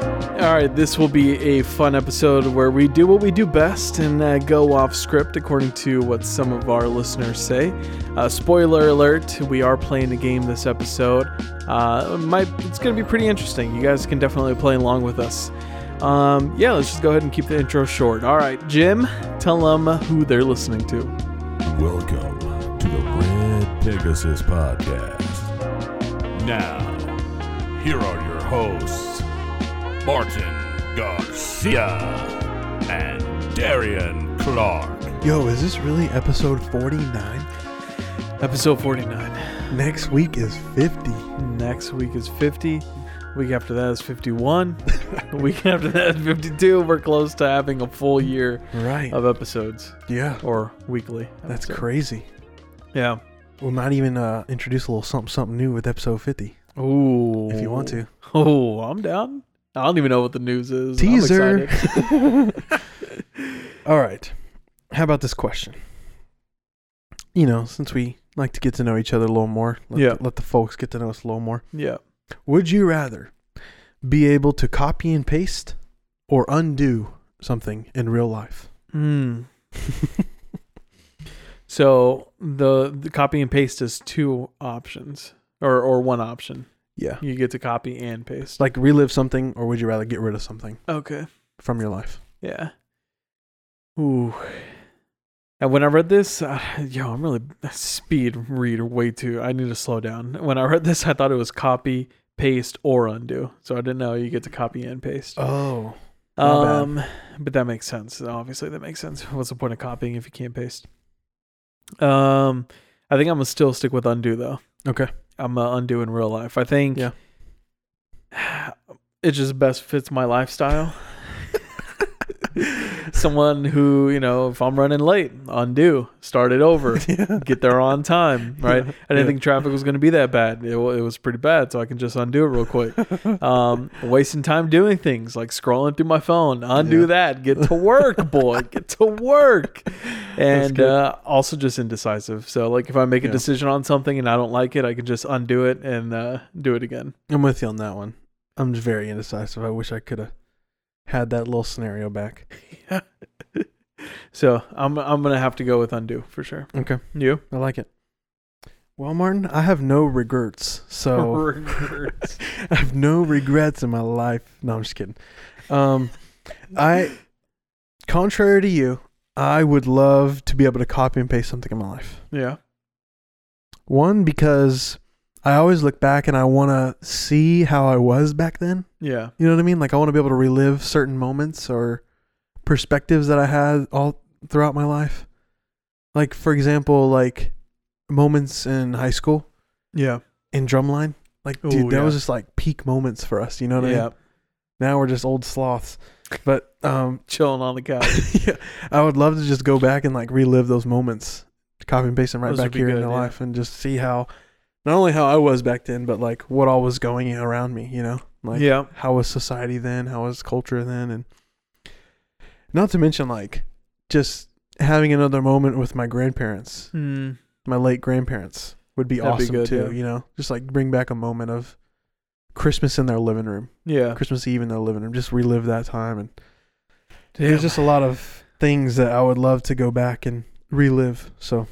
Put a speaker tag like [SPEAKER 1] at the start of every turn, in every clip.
[SPEAKER 1] right, this will be a fun episode where we do what we do best and uh, go off script according to what some of our listeners say. Uh, spoiler alert: we are playing a game this episode. Uh, it might it's going to be pretty interesting. You guys can definitely play along with us. Um, yeah, let's just go ahead and keep the intro short. All right, Jim, tell them who they're listening to.
[SPEAKER 2] Welcome to the Red Pegasus Podcast. Now, here are your hosts, Martin Garcia and Darian Clark.
[SPEAKER 3] Yo, is this really episode 49?
[SPEAKER 1] Episode forty-nine.
[SPEAKER 3] Next week is 50.
[SPEAKER 1] Next week is fifty. Week after that is fifty-one. The week after that is fifty-two. We're close to having a full year
[SPEAKER 3] Right.
[SPEAKER 1] of episodes
[SPEAKER 3] yeah.
[SPEAKER 1] or weekly.
[SPEAKER 3] That's
[SPEAKER 1] episode.
[SPEAKER 3] crazy.
[SPEAKER 1] Yeah.
[SPEAKER 3] We'll not even uh, introduce a little something something new with episode 50
[SPEAKER 1] Ooh.
[SPEAKER 3] if you want to.
[SPEAKER 1] Oh, I'm down. I don't even know what the news is. I'm
[SPEAKER 3] Teaser.
[SPEAKER 1] excited.
[SPEAKER 3] All right. How about this question? You know, since we like to get to know each other a little more, let,
[SPEAKER 1] Yeah.
[SPEAKER 3] let the folks get to know us a little more.
[SPEAKER 1] yeah.
[SPEAKER 3] Would you rather be able to copy and paste or undo something in real life?
[SPEAKER 1] Hmm. So the, the copy and paste is two options or or one option.
[SPEAKER 3] yeah.
[SPEAKER 1] You get to copy and paste.
[SPEAKER 3] Like relive something, or would you rather get rid of something
[SPEAKER 1] Okay.
[SPEAKER 3] from your life?
[SPEAKER 1] Yeah. Ooh. And when I read this, uh, yo, I'm really speed read way too. I need to slow down. When I read this, I thought it was copy, paste, or undo. So I didn't know you get to copy and paste.
[SPEAKER 3] Oh. not bad.
[SPEAKER 1] Um, but that makes sense. Obviously, that makes sense. What's the point of copying if you can't paste? Um, I think I'm gonna still stick with undo though.
[SPEAKER 3] Okay.
[SPEAKER 1] I'm gonna undo in real life. I think.
[SPEAKER 3] Yeah.
[SPEAKER 1] It just best fits my lifestyle. Someone who you know, if I'm running late, undo, start it over,
[SPEAKER 3] yeah.
[SPEAKER 1] get there on time, right? I didn't
[SPEAKER 3] Yeah.
[SPEAKER 1] think traffic was gonna be that bad. It, wa- it was pretty bad, so I can just undo it real quick um, wasting time doing things like scrolling through my phone. Undo
[SPEAKER 3] Yeah.
[SPEAKER 1] that. Get to work, boy. Get to work. And
[SPEAKER 3] good.
[SPEAKER 1] uh, also just indecisive. So like if I make a
[SPEAKER 3] Yeah.
[SPEAKER 1] decision on something and I don't like it, I can just undo it and uh, do it again.
[SPEAKER 3] I'm with you on that one. I'm just very indecisive. I wish I could have had that little scenario back.
[SPEAKER 1] So I'm I'm gonna have to go with undo for sure.
[SPEAKER 3] Okay.
[SPEAKER 1] You?
[SPEAKER 3] I like it. Well, Martin, I have no regrets. So
[SPEAKER 1] Regrets.
[SPEAKER 3] I have no regrets in my life. No, I'm just kidding. Um, I, contrary to you, I would love to be able to copy and paste something in my life.
[SPEAKER 1] yeah.
[SPEAKER 3] One, because I always look back and I want to see how I was back then.
[SPEAKER 1] Yeah.
[SPEAKER 3] You know what I mean? Like I want to be able to relive certain moments or perspectives that I had all throughout my life. Like for example, like moments in high school
[SPEAKER 1] Yeah.
[SPEAKER 3] in drumline. Like dude,
[SPEAKER 1] Ooh,
[SPEAKER 3] that
[SPEAKER 1] yeah.
[SPEAKER 3] was just like peak moments for us. You know what I
[SPEAKER 1] Yeah.
[SPEAKER 3] mean? Now we're just old sloths. But um,
[SPEAKER 1] Chilling on the couch.
[SPEAKER 3] yeah, I would love to just go back and like relive those moments, copy and paste them right
[SPEAKER 1] Those would
[SPEAKER 3] back
[SPEAKER 1] be
[SPEAKER 3] here in
[SPEAKER 1] good,
[SPEAKER 3] their
[SPEAKER 1] yeah.
[SPEAKER 3] life, and just see how not only how I was back then, but like what all was going around me. You know, like
[SPEAKER 1] yeah.
[SPEAKER 3] how was society then how was culture then and not to mention like just having another moment with my grandparents
[SPEAKER 1] Hmm.
[SPEAKER 3] my late grandparents would be
[SPEAKER 1] That'd be
[SPEAKER 3] awesome
[SPEAKER 1] good,
[SPEAKER 3] too
[SPEAKER 1] yeah.
[SPEAKER 3] you know just like bring back a moment of christmas in their living room
[SPEAKER 1] Yeah.
[SPEAKER 3] christmas eve in their living room just relive that time and
[SPEAKER 1] Damn.
[SPEAKER 3] there's just a lot of things that i would love to go back and relive so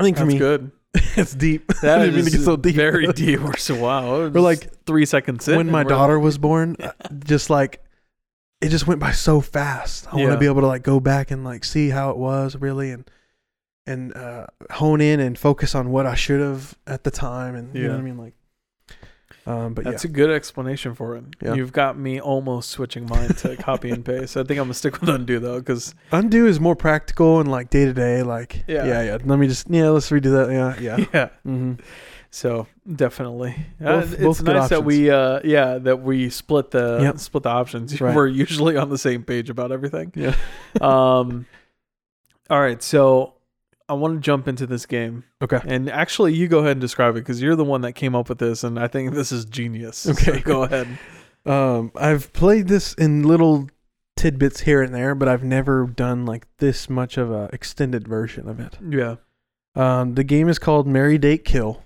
[SPEAKER 3] i think for
[SPEAKER 1] That's
[SPEAKER 3] me
[SPEAKER 1] good.
[SPEAKER 3] it's deep
[SPEAKER 1] That
[SPEAKER 3] I didn't mean to
[SPEAKER 1] is
[SPEAKER 3] get so deep.
[SPEAKER 1] very deep. We're so wow. We're
[SPEAKER 3] like,
[SPEAKER 1] three seconds in.
[SPEAKER 3] when
[SPEAKER 1] and
[SPEAKER 3] my
[SPEAKER 1] we're
[SPEAKER 3] daughter was born, uh, just like it just went by so fast. I want
[SPEAKER 1] Yeah.
[SPEAKER 3] to be able to like go back and like see how it was really and and uh, hone in and focus on what I should have at the time and you know
[SPEAKER 1] Yeah.
[SPEAKER 3] what I mean like. Um, but
[SPEAKER 1] That's a good explanation for it.
[SPEAKER 3] Yeah.
[SPEAKER 1] You've got me almost switching mine to copy and paste. I think I'm gonna stick with undo though, because
[SPEAKER 3] yeah, undo is more practical and like day to day like
[SPEAKER 1] Yeah.
[SPEAKER 3] yeah. yeah Let me just yeah let's redo that yeah yeah.
[SPEAKER 1] yeah.
[SPEAKER 3] hmm
[SPEAKER 1] So definitely,
[SPEAKER 3] Both-
[SPEAKER 1] Uh, it's
[SPEAKER 3] both good
[SPEAKER 1] nice that
[SPEAKER 3] options.
[SPEAKER 1] we uh yeah that we split the
[SPEAKER 3] Yep.
[SPEAKER 1] split the options.
[SPEAKER 3] Right.
[SPEAKER 1] We're usually on the same page about everything.
[SPEAKER 3] Yeah.
[SPEAKER 1] um. All right, so I want to jump into this game,
[SPEAKER 3] Okay.
[SPEAKER 1] and actually, you go ahead and describe it because you're the one that came up with this, and I think this is genius. So
[SPEAKER 3] Okay.
[SPEAKER 1] go ahead.
[SPEAKER 3] Um, I've played this in little tidbits here and there, but I've never done like this much of a extended version of it.
[SPEAKER 1] Yeah.
[SPEAKER 3] Um, the game is called Marry Date Kill.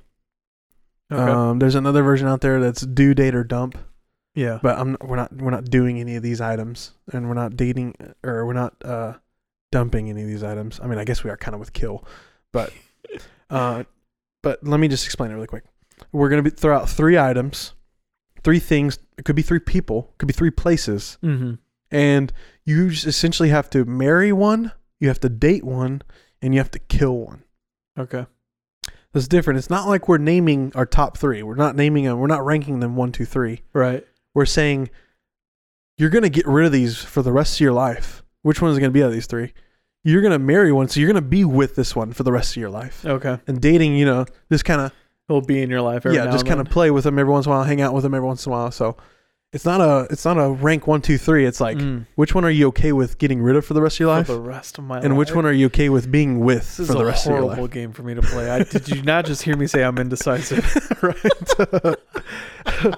[SPEAKER 1] Okay.
[SPEAKER 3] Um, there's another version out there that's Do Date or Dump.
[SPEAKER 1] Yeah.
[SPEAKER 3] but I'm we're not we're not doing any of these items, and we're not dating or we're not uh, dumping any of these items. I mean, I guess we are kind of with kill, but uh, but let me just explain it really quick. We're gonna be, throw out three items, three things. It could be three people, could be three places,
[SPEAKER 1] Mm-hmm.
[SPEAKER 3] and you just essentially have to marry one, you have to date one, and you have to kill one.
[SPEAKER 1] Okay.
[SPEAKER 3] That's different. It's not like we're naming our top three. We're not naming them. We're not ranking them one, two, three
[SPEAKER 1] Right.
[SPEAKER 3] we're saying you're going to get rid of these for the rest of your life. Which one is going to be out of these three? You're going to marry one, so you're going to be with this one for the rest of your life.
[SPEAKER 1] Okay.
[SPEAKER 3] And dating, you know, just kind of
[SPEAKER 1] It'll be in your life. Every
[SPEAKER 3] yeah, just kind of play with them every once in a while, hang out with them every once in a while. So it's not a it's not a rank one two three. It's like which one are you okay with getting rid of for the rest of your life,
[SPEAKER 1] Mm. for the rest of my life.
[SPEAKER 3] and which one are you okay with being with
[SPEAKER 1] this is
[SPEAKER 3] for the
[SPEAKER 1] a
[SPEAKER 3] rest of your
[SPEAKER 1] horrible
[SPEAKER 3] life?
[SPEAKER 1] game for me to play. I, did you not just hear me say I'm indecisive?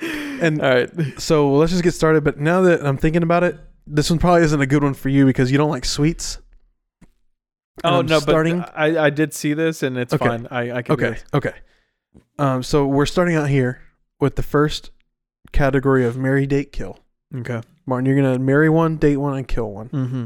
[SPEAKER 3] And
[SPEAKER 1] All right.
[SPEAKER 3] so let's just get started. But now that I'm thinking about it, this one probably isn't a good one for you because you don't like sweets. And
[SPEAKER 1] Oh
[SPEAKER 3] I'm
[SPEAKER 1] no,
[SPEAKER 3] starting-
[SPEAKER 1] but I, I did see this and it's
[SPEAKER 3] Okay.
[SPEAKER 1] fine. I, I can do
[SPEAKER 3] Okay.
[SPEAKER 1] it.
[SPEAKER 3] Okay. Um, so we're starting out here with the first category of marry, date, kill.
[SPEAKER 1] Okay.
[SPEAKER 3] Martin, you're gonna marry one, date one, and kill one.
[SPEAKER 1] Mm-hmm.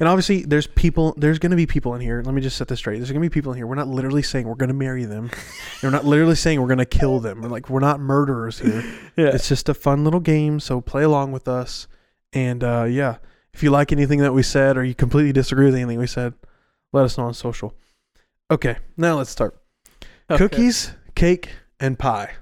[SPEAKER 3] And obviously, there's people. There's gonna be people in here. Let me just set this straight. There's gonna be people in here. We're not literally saying we're gonna marry them. and we're not literally saying we're gonna kill them. We're like we're not murderers here.
[SPEAKER 1] Yeah.
[SPEAKER 3] It's just a fun little game. So play along with us. And uh, yeah, if you like anything that we said or you completely disagree with anything we said, let us know on social. Okay, now let's start.
[SPEAKER 1] Okay.
[SPEAKER 3] Cookies, cake, and pie.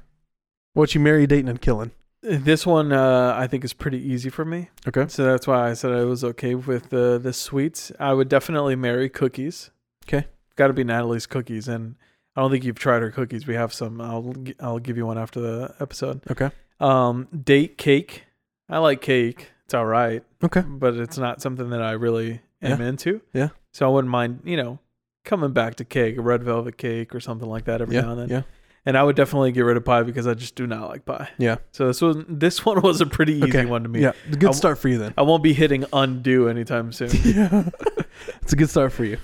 [SPEAKER 3] What you marry, dating, and killing.
[SPEAKER 1] This one uh, I think is pretty easy for me.
[SPEAKER 3] Okay.
[SPEAKER 1] So that's why I said I was okay with uh, the the sweets. I would definitely marry cookies.
[SPEAKER 3] 'Kay.
[SPEAKER 1] Got to be Natalie's cookies, and I don't think you've tried her cookies. We have some. I'll gi- I'll give you one after the episode.
[SPEAKER 3] Okay.
[SPEAKER 1] Um, date cake. I like cake. It's all right,
[SPEAKER 3] Okay.
[SPEAKER 1] but it's not something that I really am into.
[SPEAKER 3] Yeah.
[SPEAKER 1] So I wouldn't mind, you know, coming back to cake, a red velvet cake or something like that every now and then.
[SPEAKER 3] yeah.
[SPEAKER 1] And I would definitely get rid of pie because I just do not like pie.
[SPEAKER 3] Yeah.
[SPEAKER 1] So this one, this one was a pretty easy
[SPEAKER 3] Okay.
[SPEAKER 1] one to me.
[SPEAKER 3] Yeah.
[SPEAKER 1] I-
[SPEAKER 3] Good start for you then.
[SPEAKER 1] I won't be hitting undo anytime soon.
[SPEAKER 3] yeah. It's a good start for you.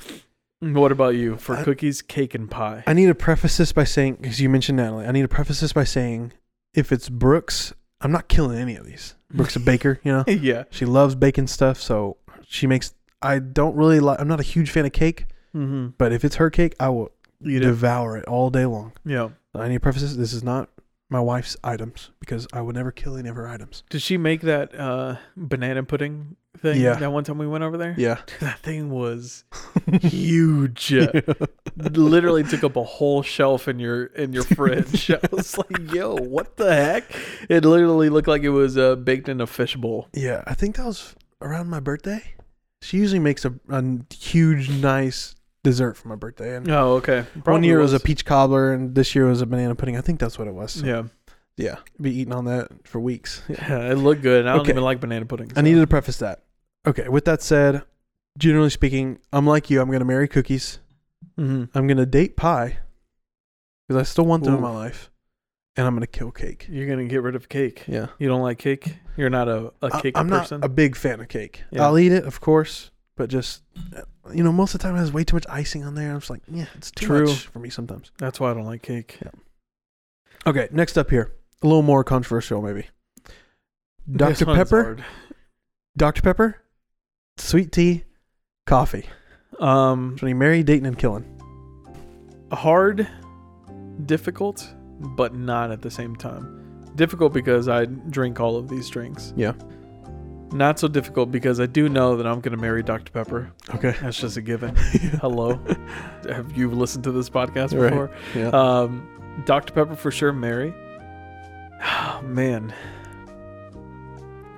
[SPEAKER 1] what about you for
[SPEAKER 3] I-
[SPEAKER 1] cookies, cake, and pie?
[SPEAKER 3] I need to preface this by saying, because you mentioned Natalie, I need to preface this by saying if it's Brooks, I'm not killing any of these. Brooks a baker, you know?
[SPEAKER 1] yeah.
[SPEAKER 3] She loves baking stuff, so she makes. I don't really like. I'm not a huge fan of cake,
[SPEAKER 1] Mm-hmm.
[SPEAKER 3] but if it's her cake, I will
[SPEAKER 1] You do.
[SPEAKER 3] devour it all day long.
[SPEAKER 1] Yeah.
[SPEAKER 3] I need to preface this. This is not my wife's items because I would never kill any of her items.
[SPEAKER 1] Did she make that uh, banana pudding thing?
[SPEAKER 3] Yeah.
[SPEAKER 1] That one time we went over there.
[SPEAKER 3] Yeah.
[SPEAKER 1] That thing was huge. Literally took up a whole shelf in your in your fridge. I was like, yo, what the heck? It literally looked like it was uh, baked in a fishbowl.
[SPEAKER 3] Yeah. I think that was around my birthday. She usually makes a, a huge, nice dessert for my birthday. And
[SPEAKER 1] Oh, okay.
[SPEAKER 3] one year it was a peach cobbler, and this year it was a banana pudding. I think that's what it was. So,
[SPEAKER 1] Yeah.
[SPEAKER 3] yeah. Be eating on that for weeks.
[SPEAKER 1] yeah. It looked good. And I don't
[SPEAKER 3] Okay.
[SPEAKER 1] even like banana pudding.
[SPEAKER 3] I needed to preface that. Okay, with that said, generally speaking, I'm like you. I'm going to marry cookies.
[SPEAKER 1] Mm-hmm.
[SPEAKER 3] I'm going to date pie because I still want them in
[SPEAKER 1] Ooh.
[SPEAKER 3] my life. And I'm going to kill cake.
[SPEAKER 1] You're gonna get rid of cake.
[SPEAKER 3] Yeah.
[SPEAKER 1] You don't like cake? You're not a, a
[SPEAKER 3] I-
[SPEAKER 1] cake
[SPEAKER 3] I'm
[SPEAKER 1] person?
[SPEAKER 3] not a big fan of cake.
[SPEAKER 1] Yeah.
[SPEAKER 3] I'll eat it, of course, but just, uh, you know, most of the time it has way too much icing on there. I'm just like, yeah, it's too
[SPEAKER 1] True.
[SPEAKER 3] much for me sometimes.
[SPEAKER 1] That's why I don't like cake.
[SPEAKER 3] Okay, next up here. A little more controversial, maybe.
[SPEAKER 1] This
[SPEAKER 3] Dr.
[SPEAKER 1] one's
[SPEAKER 3] Pepper,
[SPEAKER 1] hard.
[SPEAKER 3] Dr. Pepper, sweet tea, coffee.
[SPEAKER 1] Um,
[SPEAKER 3] So you marry, dating, and killing.
[SPEAKER 1] hard, difficult, but not at the same time. Difficult because I drink all of these drinks.
[SPEAKER 3] Yeah.
[SPEAKER 1] Not so difficult because I do know that I'm gonna marry Dr. Pepper.
[SPEAKER 3] Okay.
[SPEAKER 1] That's just a given. Hello. Have you listened to this podcast
[SPEAKER 3] Right.
[SPEAKER 1] before?
[SPEAKER 3] Yeah.
[SPEAKER 1] Um, Dr. Pepper for sure, Mary.
[SPEAKER 3] Oh,
[SPEAKER 1] man.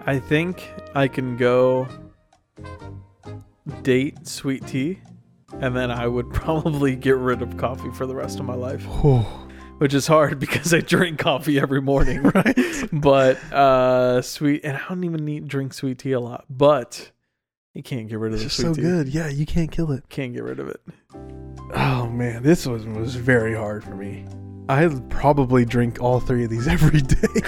[SPEAKER 1] I think I can go date sweet tea, and then I would probably get rid of coffee for the rest of my life,
[SPEAKER 3] Uh,
[SPEAKER 1] which is hard because I drink coffee every morning.
[SPEAKER 3] right.
[SPEAKER 1] but uh, sweet, and I don't even need drink sweet tea a lot, but you can't get rid of
[SPEAKER 3] It's
[SPEAKER 1] the
[SPEAKER 3] just
[SPEAKER 1] sweet
[SPEAKER 3] so
[SPEAKER 1] tea.
[SPEAKER 3] good. Yeah, you can't kill it.
[SPEAKER 1] Can't get rid of it.
[SPEAKER 3] Oh man, this one was very hard for me. I probably drink all three of these every day.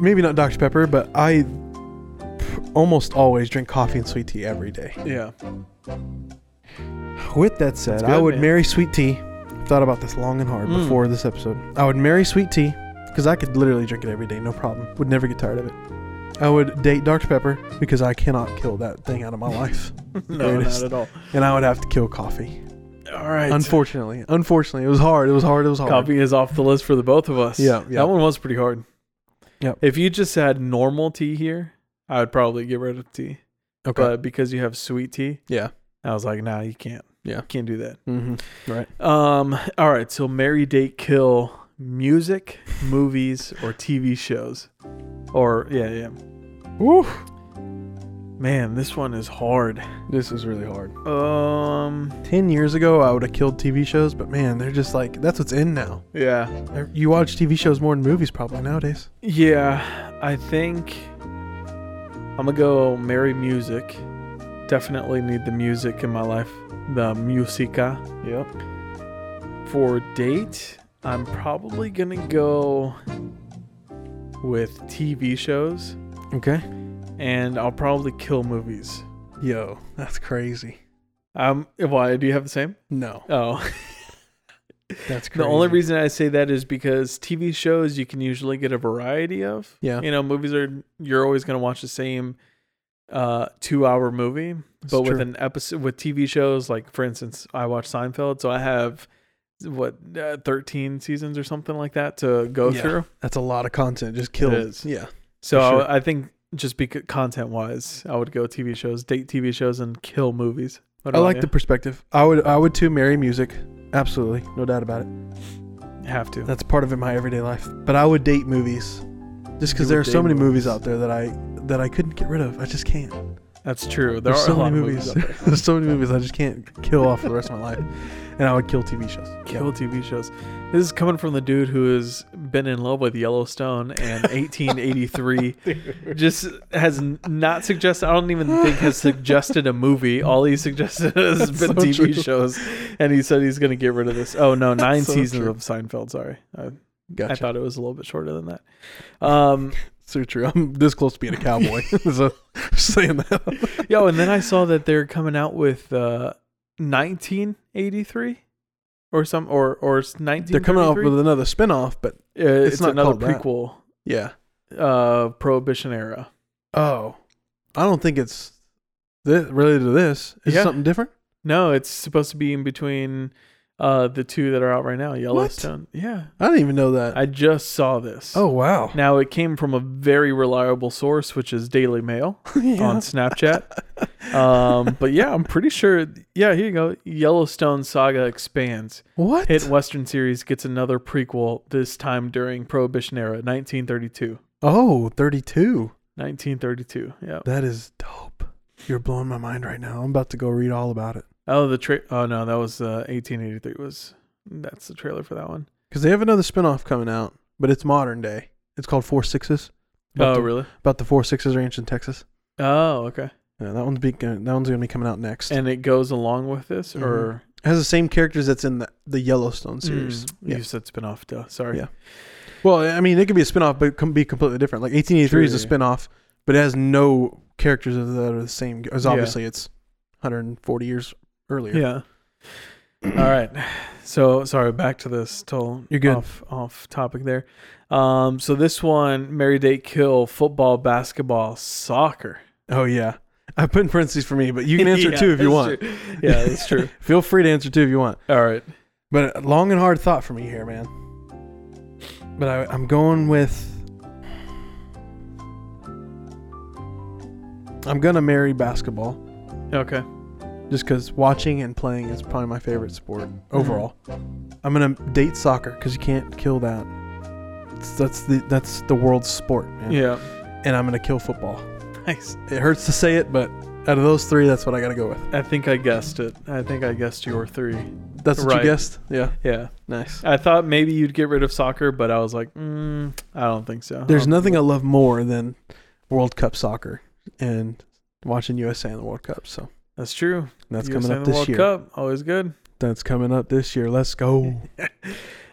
[SPEAKER 3] Maybe not Dr. Pepper, but I p- almost always drink coffee and sweet tea every day.
[SPEAKER 1] Yeah.
[SPEAKER 3] With that said,
[SPEAKER 1] That's good,
[SPEAKER 3] I would
[SPEAKER 1] man.
[SPEAKER 3] marry sweet tea. I've thought about this long and hard
[SPEAKER 1] Mm.
[SPEAKER 3] before this episode. I would marry sweet tea. because I could literally drink it every day, no problem. Would never get tired of it. I would date dark pepper because I cannot kill that thing out of my life,
[SPEAKER 1] no,
[SPEAKER 3] Greatest.
[SPEAKER 1] not at all.
[SPEAKER 3] and I would have to kill coffee.
[SPEAKER 1] All right.
[SPEAKER 3] Unfortunately, unfortunately, it was hard. It was hard. It was hard.
[SPEAKER 1] Coffee is off the list for the both of us.
[SPEAKER 3] Yeah, yeah.
[SPEAKER 1] That one was pretty hard.
[SPEAKER 3] Yep.
[SPEAKER 1] If you just had normal tea here, I would probably get rid of tea.
[SPEAKER 3] Okay.
[SPEAKER 1] But because you have sweet tea,
[SPEAKER 3] yeah.
[SPEAKER 1] I was like, nah, you can't.
[SPEAKER 3] Yeah.
[SPEAKER 1] Can't do that.
[SPEAKER 3] Mm-hmm.
[SPEAKER 1] Um, all right, so Mary Date Kill music, movies, or TV shows. Or yeah, yeah.
[SPEAKER 3] Woo.
[SPEAKER 1] Man, this one is hard.
[SPEAKER 3] This is really hard.
[SPEAKER 1] Um
[SPEAKER 3] Ten years ago, I would have killed TV shows, but man, they're just like that's what's in now. Er,
[SPEAKER 1] yeah.
[SPEAKER 3] You watch TV shows more than movies probably nowadays.
[SPEAKER 1] Yeah, I think I'm gonna go Mary Music. Definitely need the music in my life. The musica.
[SPEAKER 3] Yep.
[SPEAKER 1] For date, I'm probably gonna go with TV shows
[SPEAKER 3] Okay.
[SPEAKER 1] and I'll probably kill movies.
[SPEAKER 3] Yo, that's crazy.
[SPEAKER 1] Um, why do you have the same?
[SPEAKER 3] No,
[SPEAKER 1] Oh,
[SPEAKER 3] that's
[SPEAKER 1] the
[SPEAKER 3] crazy.
[SPEAKER 1] only reason I say that is because TV shows you can usually get a variety of.
[SPEAKER 3] Yeah.
[SPEAKER 1] You know, movies are you're always going to watch the same uh 2-hour movie,
[SPEAKER 3] It's
[SPEAKER 1] but with
[SPEAKER 3] true.
[SPEAKER 1] an episode with TV shows like for instance, I watch Seinfeld, so I have what uh, 13 seasons or something like that to go
[SPEAKER 3] Yeah.
[SPEAKER 1] through.
[SPEAKER 3] that's a lot of content just killed.
[SPEAKER 1] is.
[SPEAKER 3] Yeah.
[SPEAKER 1] So
[SPEAKER 3] For sure.
[SPEAKER 1] I, I think just because content-wise, I would go TV shows, date TV shows and kill movies. What
[SPEAKER 3] I
[SPEAKER 1] about
[SPEAKER 3] like
[SPEAKER 1] you?
[SPEAKER 3] the perspective. I would I would too marry music. Absolutely. No doubt about it.
[SPEAKER 1] have to.
[SPEAKER 3] That's part of it my everyday life. But I would date movies. Just
[SPEAKER 1] You
[SPEAKER 3] because there
[SPEAKER 1] would
[SPEAKER 3] are so
[SPEAKER 1] date
[SPEAKER 3] many
[SPEAKER 1] movies.
[SPEAKER 3] movies. out there that I that I couldn't get rid of. I just can't.
[SPEAKER 1] That's true. There
[SPEAKER 3] There's
[SPEAKER 1] are
[SPEAKER 3] so
[SPEAKER 1] a lot
[SPEAKER 3] many
[SPEAKER 1] of movies.
[SPEAKER 3] movies.
[SPEAKER 1] out there.
[SPEAKER 3] There's so many movies I just can't kill off for the rest of my life. And I would kill TV shows.
[SPEAKER 1] kill TV shows. This is coming from the dude who has been in love with Yellowstone and 1883. just has n- not suggested. I don't even think has suggested a movie. All he suggested has
[SPEAKER 3] That's
[SPEAKER 1] been
[SPEAKER 3] so
[SPEAKER 1] TV
[SPEAKER 3] true.
[SPEAKER 1] shows, and he said he's going to get rid of this. Oh no, nine
[SPEAKER 3] so
[SPEAKER 1] seasons
[SPEAKER 3] true.
[SPEAKER 1] of Seinfeld. Sorry, I, I
[SPEAKER 3] Gotcha.
[SPEAKER 1] thought it was a little bit shorter than that. Um,
[SPEAKER 3] so true. I'm this close to being a cowboy. so saying that.
[SPEAKER 1] yo, and then I saw that they're coming out with uh, 1983. Or some, or or nineteen.
[SPEAKER 3] They're coming up with another spinoff, but
[SPEAKER 1] it's,
[SPEAKER 3] not
[SPEAKER 1] another
[SPEAKER 3] called that.
[SPEAKER 1] prequel.
[SPEAKER 3] yeah.
[SPEAKER 1] uh prohibition era
[SPEAKER 3] Oh. I don't think it's thi- related to this. Is
[SPEAKER 1] Yeah.
[SPEAKER 3] it something different?
[SPEAKER 1] no it's supposed to be in between uh the two that are out right now yellowstone yeah
[SPEAKER 3] I didn't even know that.
[SPEAKER 1] i just saw this
[SPEAKER 3] oh wow.
[SPEAKER 1] now it came from a very reliable source which is daily mail
[SPEAKER 3] Yeah.
[SPEAKER 1] on snapchat um but yeah i'm pretty sure yeah here you go yellowstone saga expands
[SPEAKER 3] what?
[SPEAKER 1] hit western series gets another prequel this time during prohibition era 1932
[SPEAKER 3] oh, 32.
[SPEAKER 1] 1932 yeah
[SPEAKER 3] That is dope. You're blowing my mind right now. I'm about to go read all about it.
[SPEAKER 1] oh the tra- oh no that was uh 1883 was that's the trailer for that one
[SPEAKER 3] Because they have another spinoff coming out, but it's modern day. It's called Four Sixes. About
[SPEAKER 1] Oh,
[SPEAKER 3] the,
[SPEAKER 1] really?
[SPEAKER 3] About the Four Sixes Ranch in Texas.
[SPEAKER 1] Oh, okay.
[SPEAKER 3] Yeah, that one's be, that one's gonna be coming out next.
[SPEAKER 1] And it goes along with this, or
[SPEAKER 3] it has the same characters that's in the, the Yellowstone series.
[SPEAKER 1] serious?
[SPEAKER 3] Yeah.
[SPEAKER 1] You said spinoff, duh. Sorry.
[SPEAKER 3] Yeah. Well, I mean, it could be a spinoff, but it can be completely different. Like 1883 is a
[SPEAKER 1] True.
[SPEAKER 3] spinoff, but it has no characters that are the same. As
[SPEAKER 1] Yeah.
[SPEAKER 3] obviously, it's 140 years earlier.
[SPEAKER 1] Yeah. All right. So sorry. Back to this. Total
[SPEAKER 3] You're good.
[SPEAKER 1] Off, off topic there. Um. So this one, Mary Date Kill, football, basketball, soccer.
[SPEAKER 3] Oh yeah. I put in parentheses for me, but you can answer
[SPEAKER 1] Yeah,
[SPEAKER 3] two if you
[SPEAKER 1] that's
[SPEAKER 3] want.
[SPEAKER 1] true. Yeah, that's true.
[SPEAKER 3] Feel free to answer two if you want.
[SPEAKER 1] All right.
[SPEAKER 3] But a long and hard thought for me here, man. But I, I'm going with. I'm gonna marry basketball.
[SPEAKER 1] Okay.
[SPEAKER 3] just because watching and playing is probably my favorite sport
[SPEAKER 1] Mm-hmm.
[SPEAKER 3] overall. I'm gonna date soccer because you can't kill that. It's- that's the that's the world's sport, man.
[SPEAKER 1] Yeah.
[SPEAKER 3] And I'm gonna kill football.
[SPEAKER 1] Nice.
[SPEAKER 3] It hurts to say it, but out of those three, that's what I gotta go with.
[SPEAKER 1] I think I guessed it. I think I guessed your three.
[SPEAKER 3] That's what
[SPEAKER 1] Right.
[SPEAKER 3] you guessed. Yeah,
[SPEAKER 1] Yeah.
[SPEAKER 3] nice.
[SPEAKER 1] I thought maybe you'd get rid of soccer, but I was like, mm, I don't think so.
[SPEAKER 3] There's
[SPEAKER 1] Um,
[SPEAKER 3] nothing I love more than World Cup soccer and watching USA in the World Cup. So
[SPEAKER 1] That's true.
[SPEAKER 3] that's
[SPEAKER 1] USA
[SPEAKER 3] coming
[SPEAKER 1] in
[SPEAKER 3] up
[SPEAKER 1] the
[SPEAKER 3] this
[SPEAKER 1] World
[SPEAKER 3] year.
[SPEAKER 1] Cup, always good.
[SPEAKER 3] That's coming up this year. Let's go.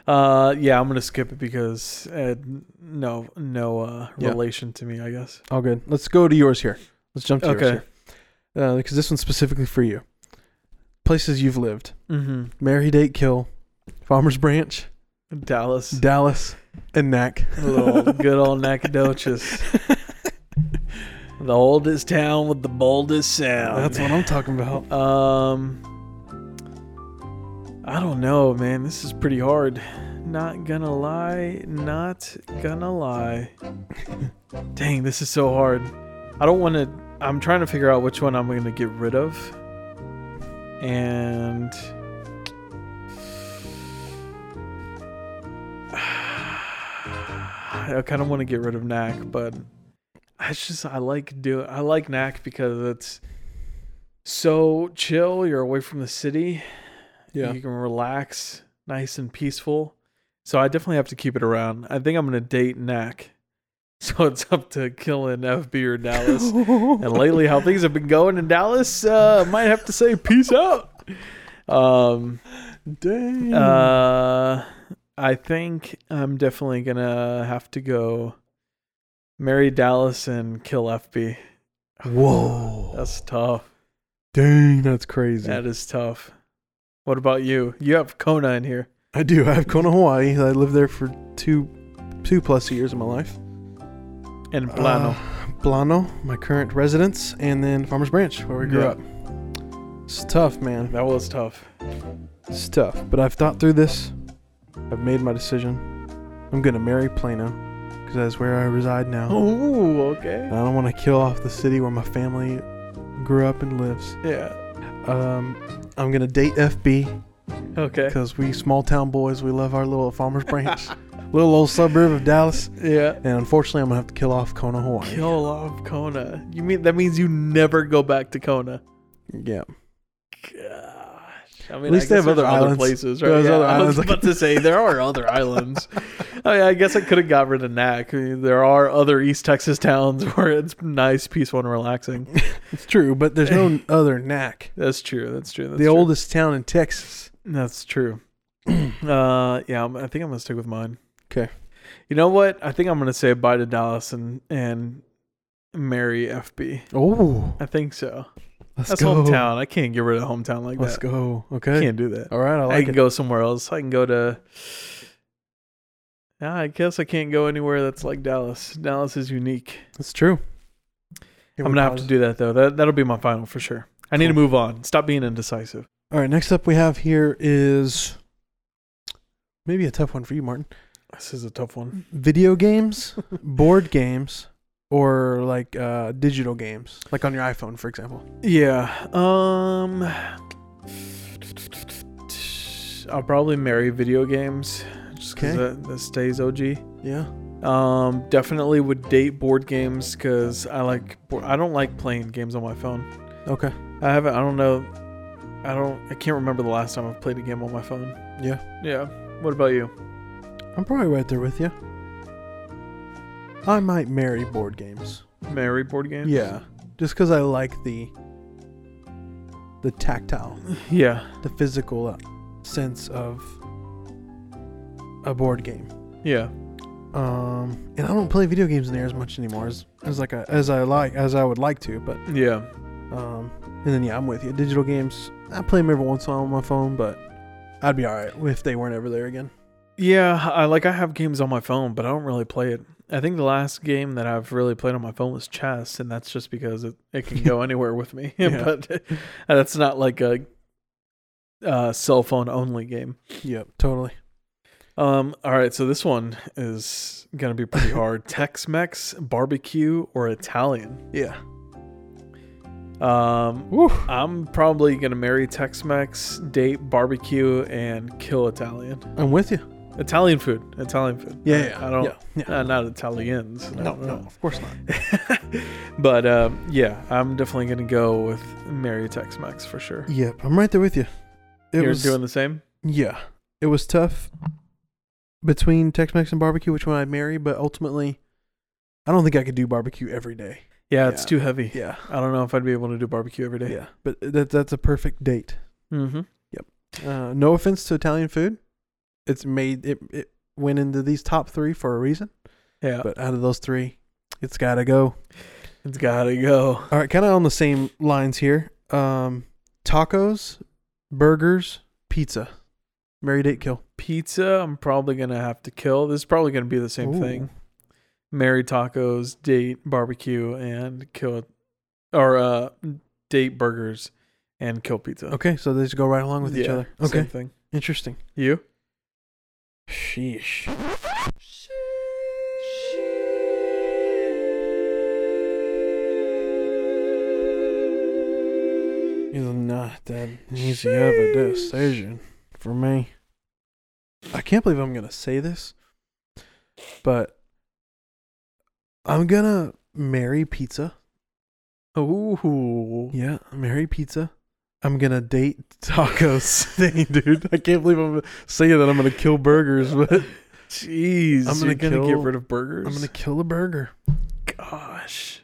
[SPEAKER 1] Uh, yeah, I'm gonna skip it because uh, no, no uh,
[SPEAKER 3] Yeah.
[SPEAKER 1] relation to me, I guess.
[SPEAKER 3] All good. Let's go to yours here. Let's jump to
[SPEAKER 1] Okay.
[SPEAKER 3] yours here. Because this one's specifically for you. Places you've lived.
[SPEAKER 1] Mm-hmm.
[SPEAKER 3] Mary Date Kill, Farmer's Branch,
[SPEAKER 1] Dallas.
[SPEAKER 3] Dallas and Knack.
[SPEAKER 1] Little good old Nacogdoches. the oldest town with the boldest sound.
[SPEAKER 3] That's what I'm talking about.
[SPEAKER 1] Um, I don't know, man. This is pretty hard. Not gonna lie. Not gonna lie. Dang, this is so hard. I don't want to. I'm trying to figure out which one I'm gonna get rid of. And. I kind of want to get rid of Knack, but I just I like do I like Knack because it's so chill. You're away from the city.
[SPEAKER 3] Yeah.
[SPEAKER 1] You can relax, nice and peaceful. So I definitely have to keep it around. I think I'm gonna date Knack. So it's up to killing FB or Dallas. and lately, how things have been going in Dallas, uh, might have to say peace out. Um,
[SPEAKER 3] Dang.
[SPEAKER 1] uh, I think I'm definitely gonna have to go marry Dallas and kill FB.
[SPEAKER 3] Whoa.
[SPEAKER 1] That's tough.
[SPEAKER 3] Dang, that's crazy.
[SPEAKER 1] That is tough. What about you? You have Kona in here.
[SPEAKER 3] I do. I have Kona, Hawaii. I lived there for two, two plus years of my life.
[SPEAKER 1] And Plano.
[SPEAKER 3] Uh, Plano, my current residence, and then Farmers Branch, where we grew
[SPEAKER 1] Yeah.
[SPEAKER 3] up. It's tough, man.
[SPEAKER 1] that was tough.
[SPEAKER 3] It's tough. But I've thought through this. I've made my decision. I'm gonna marry Plano, because that's where I reside now.
[SPEAKER 1] Oh, okay.
[SPEAKER 3] And I don't want to kill off the city where my family grew up and lives.
[SPEAKER 1] Yeah.
[SPEAKER 3] Um, I'm gonna date FB
[SPEAKER 1] Okay.
[SPEAKER 3] because we small town boys. We love our little farmers branch, little old suburb of Dallas.
[SPEAKER 1] Yeah.
[SPEAKER 3] And unfortunately, I'm gonna have to kill off Kona, Hawaii.
[SPEAKER 1] Kill off Kona. You mean that means you never go back to Kona?
[SPEAKER 3] Yeah,
[SPEAKER 1] Gosh. I mean,
[SPEAKER 3] least
[SPEAKER 1] I guess
[SPEAKER 3] they have other
[SPEAKER 1] there's
[SPEAKER 3] islands.
[SPEAKER 1] places, right?
[SPEAKER 3] There's
[SPEAKER 1] Yeah,
[SPEAKER 3] other
[SPEAKER 1] I was
[SPEAKER 3] islands.
[SPEAKER 1] about to say there are other islands. I mean, I guess I could have got rid of Knack. I mean, there are other East Texas towns where it's nice, peaceful, and relaxing.
[SPEAKER 3] it's true, but there's no other knack.
[SPEAKER 1] That's true. That's true. That's
[SPEAKER 3] the
[SPEAKER 1] true.
[SPEAKER 3] oldest town in Texas.
[SPEAKER 1] That's true. uh, yeah, I'm, I think I'm gonna stick with mine.
[SPEAKER 3] 'Kay.
[SPEAKER 1] You know what? I think I'm gonna say bye to Dallas and and marry FB.
[SPEAKER 3] Oh,
[SPEAKER 1] I think so.
[SPEAKER 3] let's
[SPEAKER 1] That's
[SPEAKER 3] go.
[SPEAKER 1] hometown. I can't get rid of hometown like
[SPEAKER 3] Let's
[SPEAKER 1] that.
[SPEAKER 3] go.
[SPEAKER 1] I
[SPEAKER 3] Okay.
[SPEAKER 1] can't do that.
[SPEAKER 3] All right, I
[SPEAKER 1] I
[SPEAKER 3] like
[SPEAKER 1] can
[SPEAKER 3] it.
[SPEAKER 1] go somewhere else. I can go to. Nah, I guess I can't go anywhere that's like Dallas. Dallas is unique.
[SPEAKER 3] It's true. Here
[SPEAKER 1] I'm
[SPEAKER 3] we
[SPEAKER 1] gonna have
[SPEAKER 3] pause.
[SPEAKER 1] to do that though. That that'll be my final for sure. I need to
[SPEAKER 3] Cool.
[SPEAKER 1] move on. Stop being indecisive.
[SPEAKER 3] All right, next up we have here is maybe a tough one for you, Martin.
[SPEAKER 1] This is a tough one.
[SPEAKER 3] Video games, board games, or like uh, digital games, like on your iPhone, for example.
[SPEAKER 1] Yeah. Um I'll probably marry video games just cuz
[SPEAKER 3] Okay.
[SPEAKER 1] that, that stays OG.
[SPEAKER 3] Yeah.
[SPEAKER 1] Um definitely would date board games cuz I like bo- I don't like playing games on my phone.
[SPEAKER 3] Okay.
[SPEAKER 1] I haven't I don't know I don't I can't remember the last time I've played a game on my phone.
[SPEAKER 3] Yeah.
[SPEAKER 1] Yeah. What about you?
[SPEAKER 3] I'm probably right there with you. I might marry board games.
[SPEAKER 1] Marry board games?
[SPEAKER 3] Yeah, just because I like the the tactile,
[SPEAKER 1] Yeah.
[SPEAKER 3] the physical uh, sense of a board game.
[SPEAKER 1] Yeah.
[SPEAKER 3] Um, and I don't play video games near as much anymore as, as like I as I like as I would like to. But
[SPEAKER 1] Yeah.
[SPEAKER 3] um, and then yeah, I'm with you. Digital games, I play them every once in a while on my phone, but I'd be all right if they weren't ever there again.
[SPEAKER 1] Yeah, I like I have games on my phone, but I don't really play it. I think the last game that I've really played on my phone was chess, and that's just because it, it can go anywhere with me.
[SPEAKER 3] Yeah.
[SPEAKER 1] but uh, that's not like a uh, cell phone only game.
[SPEAKER 3] Yep, totally.
[SPEAKER 1] Um, all right, so this one is gonna be pretty hard. Tex Mex, barbecue, or Italian.
[SPEAKER 3] Yeah.
[SPEAKER 1] Um,
[SPEAKER 3] Woo.
[SPEAKER 1] I'm probably gonna marry Tex Mex, date barbecue, and kill Italian.
[SPEAKER 3] I'm with you.
[SPEAKER 1] Italian food. Italian food.
[SPEAKER 3] Yeah,
[SPEAKER 1] I,
[SPEAKER 3] yeah.
[SPEAKER 1] I don't.
[SPEAKER 3] Yeah, yeah.
[SPEAKER 1] Uh, not Italians. I
[SPEAKER 3] No,
[SPEAKER 1] don't
[SPEAKER 3] no,
[SPEAKER 1] know.
[SPEAKER 3] of course not.
[SPEAKER 1] but um, yeah, I'm definitely gonna go with Mary Tex Mex for sure.
[SPEAKER 3] Yep, I'm right there with you. It
[SPEAKER 1] You're
[SPEAKER 3] was
[SPEAKER 1] doing the same.
[SPEAKER 3] yeah, it was tough between Tex-Mex and barbecue, which one I'd marry, but ultimately, I don't think I could do barbecue every day.
[SPEAKER 1] Yeah, it's
[SPEAKER 3] Yeah.
[SPEAKER 1] too heavy.
[SPEAKER 3] Yeah,
[SPEAKER 1] I don't know if I'd be able to do barbecue every day.
[SPEAKER 3] yeah, but that that's a perfect date.
[SPEAKER 1] Mm-hmm.
[SPEAKER 3] Uh, no offense to Italian food, it's made it it went into these top three for a reason.
[SPEAKER 1] Yeah,
[SPEAKER 3] But out of those three, it's gotta go.
[SPEAKER 1] it's gotta go.
[SPEAKER 3] All right, kind of on the same lines here. Um, tacos, burgers, pizza, marry date kill.
[SPEAKER 1] pizza, I'm probably gonna have to kill. This is probably gonna be the same
[SPEAKER 3] Ooh.
[SPEAKER 1] thing. Marry tacos, date barbecue, and kill, or uh, date burgers, and kill pizza.
[SPEAKER 3] Okay, so they just go right along with each
[SPEAKER 1] Yeah,
[SPEAKER 3] other.
[SPEAKER 1] Same
[SPEAKER 3] Okay,
[SPEAKER 1] thing.
[SPEAKER 3] interesting.
[SPEAKER 1] You?
[SPEAKER 3] Sheesh. He's not that easy of a decision for me. I can't believe I'm gonna say this, but I'm gonna marry pizza.
[SPEAKER 1] Ooh.
[SPEAKER 3] Yeah, marry pizza. I'm gonna date tacos. Dang, dude, I can't believe I'm saying that I'm gonna kill burgers, but
[SPEAKER 1] Jeez.
[SPEAKER 3] I'm
[SPEAKER 1] you're gonna
[SPEAKER 3] gonna
[SPEAKER 1] get
[SPEAKER 3] kill-
[SPEAKER 1] rid of burgers.
[SPEAKER 3] I'm gonna kill a burger.
[SPEAKER 1] Gosh.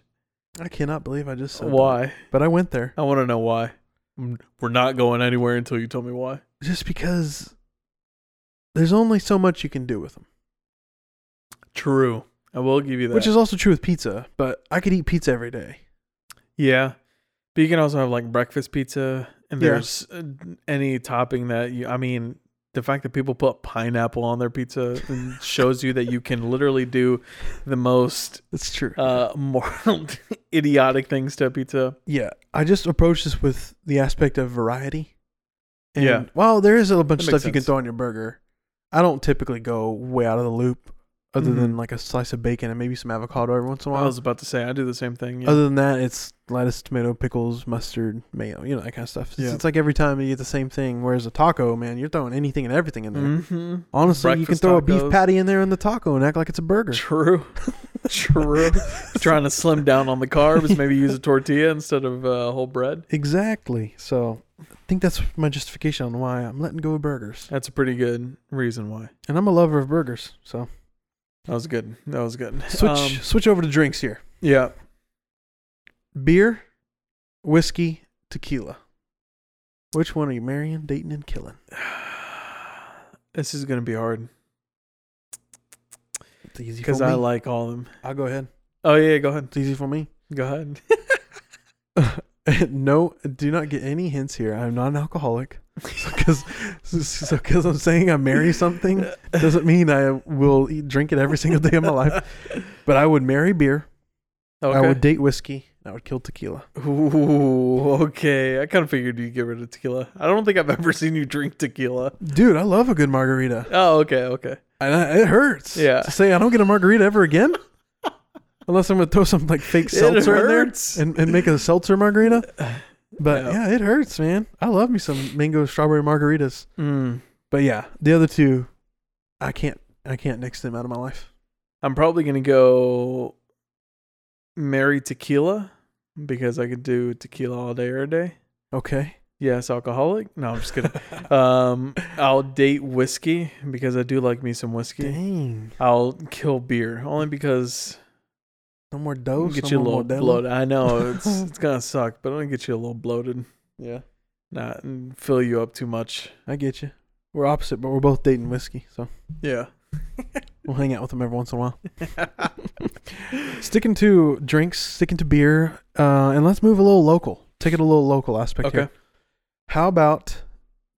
[SPEAKER 3] I cannot believe I just said that.
[SPEAKER 1] why?
[SPEAKER 3] but I went there
[SPEAKER 1] I want to know why. Mm, We're not going anywhere until you tell me why.
[SPEAKER 3] just because there's only so much you can do with them,
[SPEAKER 1] True. I will give you that.
[SPEAKER 3] which is also true with pizza. But I could eat pizza every day.
[SPEAKER 1] yeah. But you can also have like breakfast pizza, and
[SPEAKER 3] Yeah.
[SPEAKER 1] there's uh, any topping that you. I mean, the fact that people put pineapple on their pizza shows you that you can literally do the most
[SPEAKER 3] That's true.
[SPEAKER 1] uh moral idiotic things to a pizza.
[SPEAKER 3] yeah, I just approach this with the aspect of variety. And
[SPEAKER 1] Yeah.
[SPEAKER 3] While there is a bunch of
[SPEAKER 1] That makes
[SPEAKER 3] stuff you can
[SPEAKER 1] sense.
[SPEAKER 3] throw on your burger, I don't typically go way out of the loop, other than like a slice of bacon and maybe some avocado every once in a
[SPEAKER 1] I
[SPEAKER 3] while.
[SPEAKER 1] Mm-hmm. was about to say I do the same thing. yeah.
[SPEAKER 3] Other than that, it's lettuce, tomato, pickles, mustard, mayo, you know, that kind of stuff. It's,
[SPEAKER 1] Yeah.
[SPEAKER 3] it's like every time you get the same thing. Whereas a taco, man, you're throwing anything and everything in there.
[SPEAKER 1] Mhm.
[SPEAKER 3] Honestly, you can
[SPEAKER 1] Breakfast
[SPEAKER 3] throw a
[SPEAKER 1] tacos.
[SPEAKER 3] beef patty in there in the taco and act like it's a burger.
[SPEAKER 1] True. True. Trying to slim down on the carbs, maybe use a tortilla instead of uh, whole bread.
[SPEAKER 3] Exactly. So I think that's my justification on why I'm letting go of burgers.
[SPEAKER 1] That's a pretty good reason why.
[SPEAKER 3] And I'm a lover of burgers. So
[SPEAKER 1] That was good. That was good.
[SPEAKER 3] switch
[SPEAKER 1] Um,
[SPEAKER 3] switch over to drinks here.
[SPEAKER 1] yeah.
[SPEAKER 3] Beer, whiskey, tequila. Which one are you marrying, dating, and killing?
[SPEAKER 1] This is gonna be hard
[SPEAKER 3] It's easy for
[SPEAKER 1] because
[SPEAKER 3] me.
[SPEAKER 1] I like all of them.
[SPEAKER 3] I'll go ahead.
[SPEAKER 1] Oh yeah, go ahead.
[SPEAKER 3] It's easy for me.
[SPEAKER 1] Go ahead.
[SPEAKER 3] no, do not get any hints here. I'm not an alcoholic. Because so because I'm saying I marry something doesn't mean I will eat, drink it every single day of my life. But I would marry beer.
[SPEAKER 1] Okay.
[SPEAKER 3] I would date whiskey. and I would kill tequila.
[SPEAKER 1] Ooh, okay. I kind of figured you'd get rid of tequila. I don't think I've ever seen you drink tequila.
[SPEAKER 3] Dude, I love a good margarita.
[SPEAKER 1] Oh, okay, okay.
[SPEAKER 3] And I, it hurts.
[SPEAKER 1] Yeah.
[SPEAKER 3] To say I don't get a margarita ever again. Unless I'm gonna throw some like fake seltzer in there
[SPEAKER 1] hurts.
[SPEAKER 3] and, and make a seltzer margarita. But
[SPEAKER 1] Yeah.
[SPEAKER 3] yeah. it hurts, man. I love me some mango strawberry margaritas.
[SPEAKER 1] Mm.
[SPEAKER 3] But yeah, the other two I can't I can't nix them out of my life.
[SPEAKER 1] I'm probably gonna go marry tequila because I could do tequila all day, every day.
[SPEAKER 3] Okay.
[SPEAKER 1] Yes, alcoholic. No, I'm just kidding. um, I'll date whiskey because I do like me some whiskey.
[SPEAKER 3] Dang.
[SPEAKER 1] I'll kill beer only because
[SPEAKER 3] No more
[SPEAKER 1] it'll
[SPEAKER 3] dose.
[SPEAKER 1] get
[SPEAKER 3] no
[SPEAKER 1] you a
[SPEAKER 3] Oh, more
[SPEAKER 1] little
[SPEAKER 3] Modelo.
[SPEAKER 1] bloated. I know it's it's gonna suck, but it'll get you a little bloated.
[SPEAKER 3] Yeah.
[SPEAKER 1] Not and fill you up too much.
[SPEAKER 3] I get you. We're opposite, but we're both dating whiskey, so
[SPEAKER 1] Yeah.
[SPEAKER 3] we'll hang out with them every once in a while. Sticking to drinks, sticking to beer, uh, and let's move a little local. Take it a little local aspect
[SPEAKER 1] Okay.
[SPEAKER 3] here. How about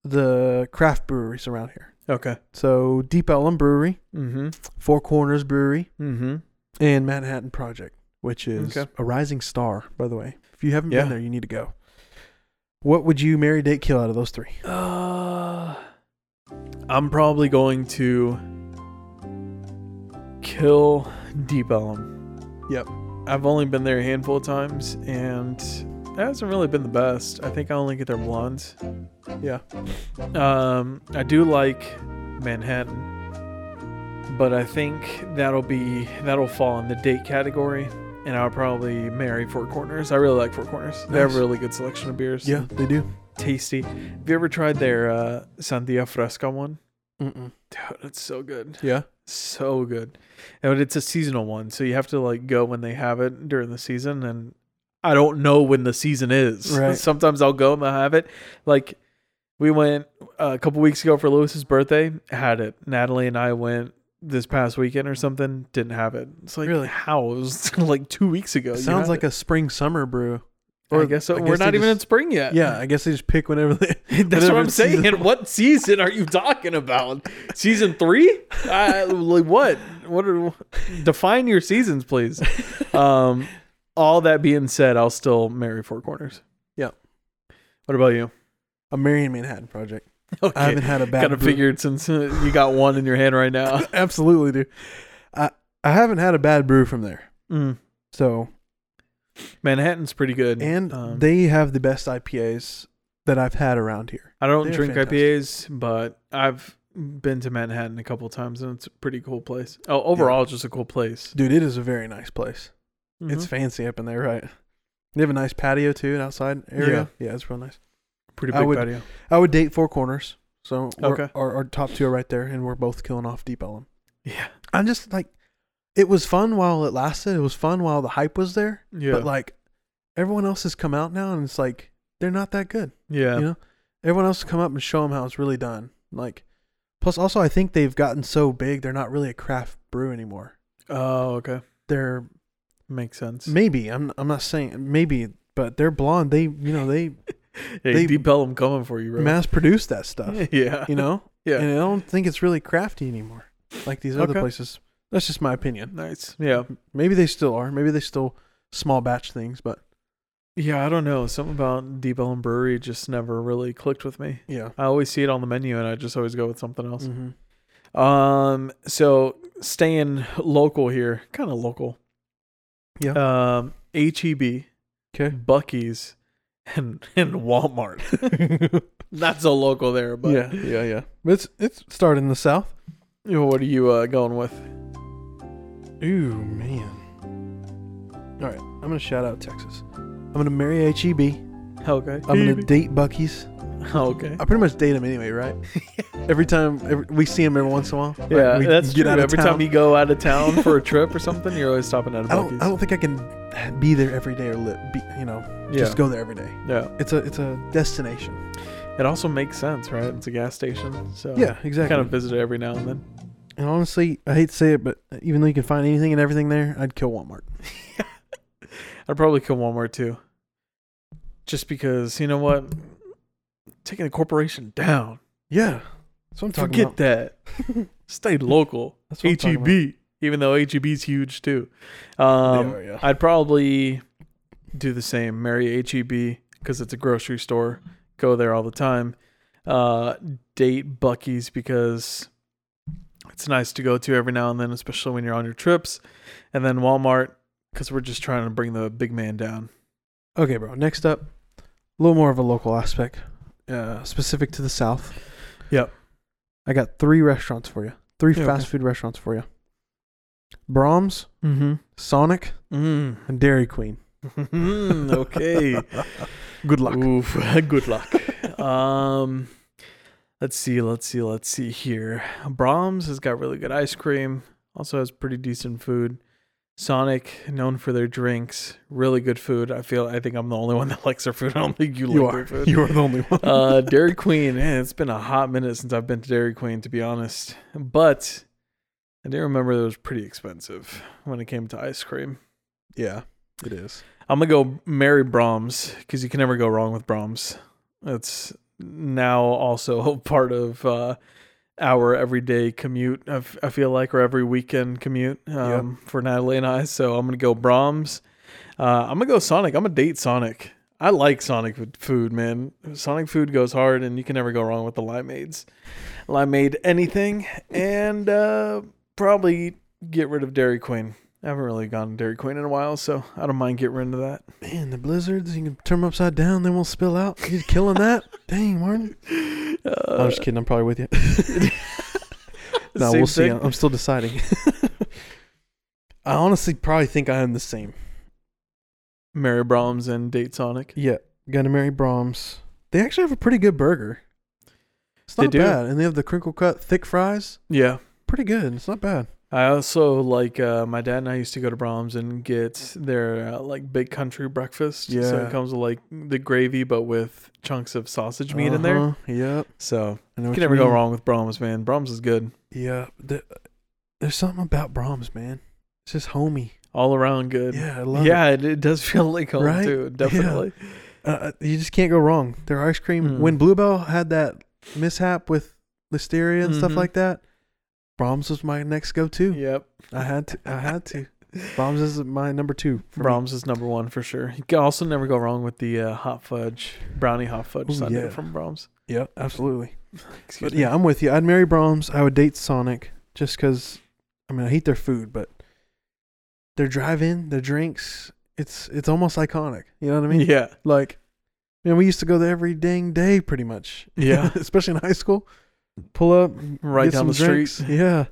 [SPEAKER 3] the craft breweries around here?
[SPEAKER 1] okay.
[SPEAKER 3] So Deep Ellum Brewery,
[SPEAKER 1] Mm-hmm.
[SPEAKER 3] Four Corners Brewery,
[SPEAKER 1] Mm-hmm.
[SPEAKER 3] and Manhattan Project, which is
[SPEAKER 1] Okay.
[SPEAKER 3] a rising star, by the way. If you haven't
[SPEAKER 1] Yeah.
[SPEAKER 3] been there, you need to go. What would you marry, date, kill out of those three?
[SPEAKER 1] Uh, I'm probably going to kill Deep Ellum.
[SPEAKER 3] Yep.
[SPEAKER 1] I've only been there a handful of times, and it hasn't really been the best. I think I only get their blondes.
[SPEAKER 3] Yeah.
[SPEAKER 1] Um, I do like Manhattan, but I think that'll be that'll fall in the date category. And I'll probably marry Four Corners. I really like Four Corners. They have
[SPEAKER 3] Nice.
[SPEAKER 1] a really good selection of beers.
[SPEAKER 3] Yeah, they do.
[SPEAKER 1] tasty. Have you ever tried their uh, Sandia Fresca one?
[SPEAKER 3] Mm-mm.
[SPEAKER 1] Dude, it's so good.
[SPEAKER 3] Yeah.
[SPEAKER 1] So good. And it's a seasonal one, so you have to like go when they have it during the season and I don't know when the season is.
[SPEAKER 3] Right.
[SPEAKER 1] Sometimes I'll go and I'll have it. Like we went uh, a couple weeks ago for Lewis's birthday, had it. Natalie and I went this past weekend or something, didn't have it. It's like
[SPEAKER 3] Really?
[SPEAKER 1] how? It was like two weeks ago. you
[SPEAKER 3] Sounds
[SPEAKER 1] had
[SPEAKER 3] like
[SPEAKER 1] it.
[SPEAKER 3] a spring summer brew.
[SPEAKER 1] Or I
[SPEAKER 3] I
[SPEAKER 1] guess
[SPEAKER 3] I
[SPEAKER 1] we're
[SPEAKER 3] guess they
[SPEAKER 1] not even
[SPEAKER 3] just-
[SPEAKER 1] in spring yet.
[SPEAKER 3] Yeah, I guess they just pick whenever they.
[SPEAKER 1] Uh, That's what
[SPEAKER 3] whenever
[SPEAKER 1] I'm
[SPEAKER 3] season-
[SPEAKER 1] saying. What season are you talking about? season three? Uh, like what? What are define your seasons, please? Um, all that being said, I'll still marry Four Corners.
[SPEAKER 3] Yeah.
[SPEAKER 1] What about you?
[SPEAKER 3] I'm marrying Manhattan Project.
[SPEAKER 1] Okay.
[SPEAKER 3] I haven't had a bad.
[SPEAKER 1] kind of
[SPEAKER 3] boo-
[SPEAKER 1] figured since uh, you got one in your hand right now.
[SPEAKER 3] Absolutely, dude. I I haven't had a bad brew from there.
[SPEAKER 1] Mm.
[SPEAKER 3] So
[SPEAKER 1] Manhattan's pretty good,
[SPEAKER 3] and
[SPEAKER 1] um,
[SPEAKER 3] they have the best IPAs that I've had around here.
[SPEAKER 1] I don't
[SPEAKER 3] they're
[SPEAKER 1] drink
[SPEAKER 3] fantastic.
[SPEAKER 1] IPAs, but I've been to Manhattan a couple times, and it's a pretty cool place. Oh, overall, it's just a cool place.
[SPEAKER 3] Dude, it is a very nice place. It's
[SPEAKER 1] Mhm.
[SPEAKER 3] fancy up in there, right? They have a nice patio too, an outside area. Yeah, it's real nice.
[SPEAKER 1] pretty
[SPEAKER 3] I
[SPEAKER 1] big
[SPEAKER 3] would-
[SPEAKER 1] patio.
[SPEAKER 3] I would date Four Corners. So we're-
[SPEAKER 1] Okay.
[SPEAKER 3] our, our top two are right there, and we're both killing off Deep Ellum.
[SPEAKER 1] Yeah,
[SPEAKER 3] I'm just like, it was fun while it lasted. It was fun while the hype was there.
[SPEAKER 1] yeah,
[SPEAKER 3] But like, everyone else has come out now, and it's like they're not that good.
[SPEAKER 1] yeah.
[SPEAKER 3] you know, everyone else come up and show them how it's really done. Like, plus also I think they've gotten so big they're not really a craft brew anymore.
[SPEAKER 1] Oh, okay,
[SPEAKER 3] They're
[SPEAKER 1] makes sense.
[SPEAKER 3] maybe I'm I'm not saying maybe, but they're blonde. They you know they
[SPEAKER 1] hey,
[SPEAKER 3] they-
[SPEAKER 1] Deep Ellum coming for you, bro.
[SPEAKER 3] mass produce that stuff.
[SPEAKER 1] yeah,
[SPEAKER 3] You know,
[SPEAKER 1] Yeah.
[SPEAKER 3] and I don't think it's really crafty anymore like these other
[SPEAKER 1] Okay.
[SPEAKER 3] places. That's just my opinion.
[SPEAKER 1] nice. Yeah,
[SPEAKER 3] Maybe they still are. Maybe they still small batch things, but
[SPEAKER 1] yeah. I don't know. Something about Deep Ellum Brewery just never really clicked with me.
[SPEAKER 3] yeah.
[SPEAKER 1] I always see it on the menu, and I just always go with something else.
[SPEAKER 3] Mhm.
[SPEAKER 1] Um, so staying local here, kind of local.
[SPEAKER 3] Yeah.
[SPEAKER 1] Um, HEB,
[SPEAKER 3] Okay.
[SPEAKER 1] Bucky's, and and Walmart. Not so local there, but
[SPEAKER 3] yeah, yeah, yeah. But it's it's started in the south.
[SPEAKER 1] You know, what are you uh, going with?
[SPEAKER 3] Ooh, man. All right, I'm going to shout out Texas. I'm going to marry HEB. I'm
[SPEAKER 1] Okay.
[SPEAKER 3] going to date Bucky's.
[SPEAKER 1] Okay.
[SPEAKER 3] I pretty much date him anyway, right? every time every, we see him every once in a while. right?
[SPEAKER 1] Yeah,
[SPEAKER 3] we
[SPEAKER 1] that's
[SPEAKER 3] get
[SPEAKER 1] true.
[SPEAKER 3] out of
[SPEAKER 1] Every
[SPEAKER 3] town. Oh,
[SPEAKER 1] time you go out of town for a trip or something, you're always stopping at a
[SPEAKER 3] I don't,
[SPEAKER 1] Bucky's.
[SPEAKER 3] I don't think I can be there every day or li- be, you know,
[SPEAKER 1] yeah.
[SPEAKER 3] oh, just go there every day.
[SPEAKER 1] yeah.
[SPEAKER 3] It's a it's a destination.
[SPEAKER 1] It also makes sense, right? It's a gas station, so
[SPEAKER 3] yeah,
[SPEAKER 1] I
[SPEAKER 3] exactly.
[SPEAKER 1] kind of visit it every now and then.
[SPEAKER 3] and honestly, I hate to say it, but even though you can find anything and everything there, I'd kill Walmart.
[SPEAKER 1] I'd probably kill Walmart too. Just because, you know what? Taking the corporation down.
[SPEAKER 3] Yeah. That's what I'm talking
[SPEAKER 1] Forget
[SPEAKER 3] about.
[SPEAKER 1] that. E Stay local.
[SPEAKER 3] That's what I'm talking about.
[SPEAKER 1] HEB. Even though HEB's huge too. Um,
[SPEAKER 3] They are, yeah.
[SPEAKER 1] I'd probably do the same. Marry HEB because it's a grocery store. Go there all the time. Uh, date Bucky's because it's nice to go to every now and then, especially when you're on your trips. And then Walmart because we're just trying to bring the big man down.
[SPEAKER 3] Okay, bro. Next up, a little more of a local aspect, uh, specific to the South.
[SPEAKER 1] Yep.
[SPEAKER 3] I got three restaurants for you. Three
[SPEAKER 1] Yeah,
[SPEAKER 3] fast
[SPEAKER 1] okay.
[SPEAKER 3] food restaurants for you. Brahms,
[SPEAKER 1] Mm-hmm.
[SPEAKER 3] Sonic,
[SPEAKER 1] Mm.
[SPEAKER 3] and Dairy Queen.
[SPEAKER 1] Mm, okay.
[SPEAKER 3] Good luck.
[SPEAKER 1] Oof. Good luck. um, let's see. Let's see. Let's see here. Brahms has got really good ice cream. Also has pretty decent food. Sonic, known for their drinks, really good food. I feel. I think I'm the only one that likes their food. I don't think you,
[SPEAKER 3] You
[SPEAKER 1] like
[SPEAKER 3] are.
[SPEAKER 1] their food.
[SPEAKER 3] You are the only one.
[SPEAKER 1] uh, Dairy Queen. Man, it's been a hot minute since I've been to Dairy Queen, to be honest. But I do remember it was pretty expensive when it came to ice cream.
[SPEAKER 3] yeah, it is.
[SPEAKER 1] I'm gonna go marry Brahms because you can never go wrong with Brahms. It's now also part of uh, our everyday commute. I, f- I feel like or every weekend commute um, for Natalie and I. So I'm gonna go Brahms. Uh, I'm gonna go Sonic. I'm gonna date Sonic. I like Sonic f- food, man. Sonic food goes hard, and you can never go wrong with the limeades. Limeade anything, and uh, probably get rid of Dairy Queen. I haven't really gone to Dairy Queen in a while, so I don't mind getting rid of that.
[SPEAKER 3] Man, the blizzards, you can turn them upside down, they won't spill out. You're killing that? Dang, Martin.
[SPEAKER 1] Uh,
[SPEAKER 3] I'm just kidding. I'm probably with you. no,
[SPEAKER 1] Same
[SPEAKER 3] we'll see.
[SPEAKER 1] thing?
[SPEAKER 3] I'm still deciding. I honestly probably think I am the same.
[SPEAKER 1] Mary Brahms and Date Sonic.
[SPEAKER 3] Yeah, gonna marry Brahms. They actually have a pretty good burger. It's
[SPEAKER 1] They
[SPEAKER 3] not
[SPEAKER 1] do.
[SPEAKER 3] bad, and they have the crinkle cut thick fries.
[SPEAKER 1] Yeah.
[SPEAKER 3] Pretty good. It's not bad.
[SPEAKER 1] I also like uh, my dad and I used to go to Brahms and get their uh, like big country breakfast. So
[SPEAKER 3] Yeah.
[SPEAKER 1] it comes with like the gravy, but with chunks of sausage meat in there.
[SPEAKER 3] Uh-huh, Yep.
[SPEAKER 1] So
[SPEAKER 3] I know
[SPEAKER 1] you
[SPEAKER 3] what
[SPEAKER 1] can never go
[SPEAKER 3] mean.
[SPEAKER 1] wrong with Brahms, man. Brahms is good.
[SPEAKER 3] Yeah. the- there's something about Brahms, man. It's just homey.
[SPEAKER 1] all around good.
[SPEAKER 3] Yeah, I love
[SPEAKER 1] yeah, it. It, does feel like home
[SPEAKER 3] Right?
[SPEAKER 1] too. Definitely.
[SPEAKER 3] it. Uh, you just can't go wrong. Their ice cream.
[SPEAKER 1] Mm.
[SPEAKER 3] When Bluebell had that mishap with Listeria and stuff
[SPEAKER 1] Mhm.
[SPEAKER 3] like that, Brahms was my next go-to.
[SPEAKER 1] Yep.
[SPEAKER 3] I had to. I had to. Brahms is my number two. for me.
[SPEAKER 1] Brahms is number one for sure. You can also never go wrong with the uh, hot fudge brownie hot fudge
[SPEAKER 3] Ooh,
[SPEAKER 1] sundae
[SPEAKER 3] yeah.
[SPEAKER 1] from Brahms.
[SPEAKER 3] Yeah, absolutely.
[SPEAKER 1] Excuse
[SPEAKER 3] But yeah, I'm with you. I'd marry Brahms. I would date Sonic just because, I mean, I hate their food, but their drive-in, their drinks, it's it's almost iconic. You know what I mean?
[SPEAKER 1] yeah,
[SPEAKER 3] Like, man, we used to go there every dang day, pretty much.
[SPEAKER 1] Yeah.
[SPEAKER 3] especially in high school. Pull up,
[SPEAKER 1] right
[SPEAKER 3] get
[SPEAKER 1] down
[SPEAKER 3] some
[SPEAKER 1] the street.
[SPEAKER 3] drinks. Yeah,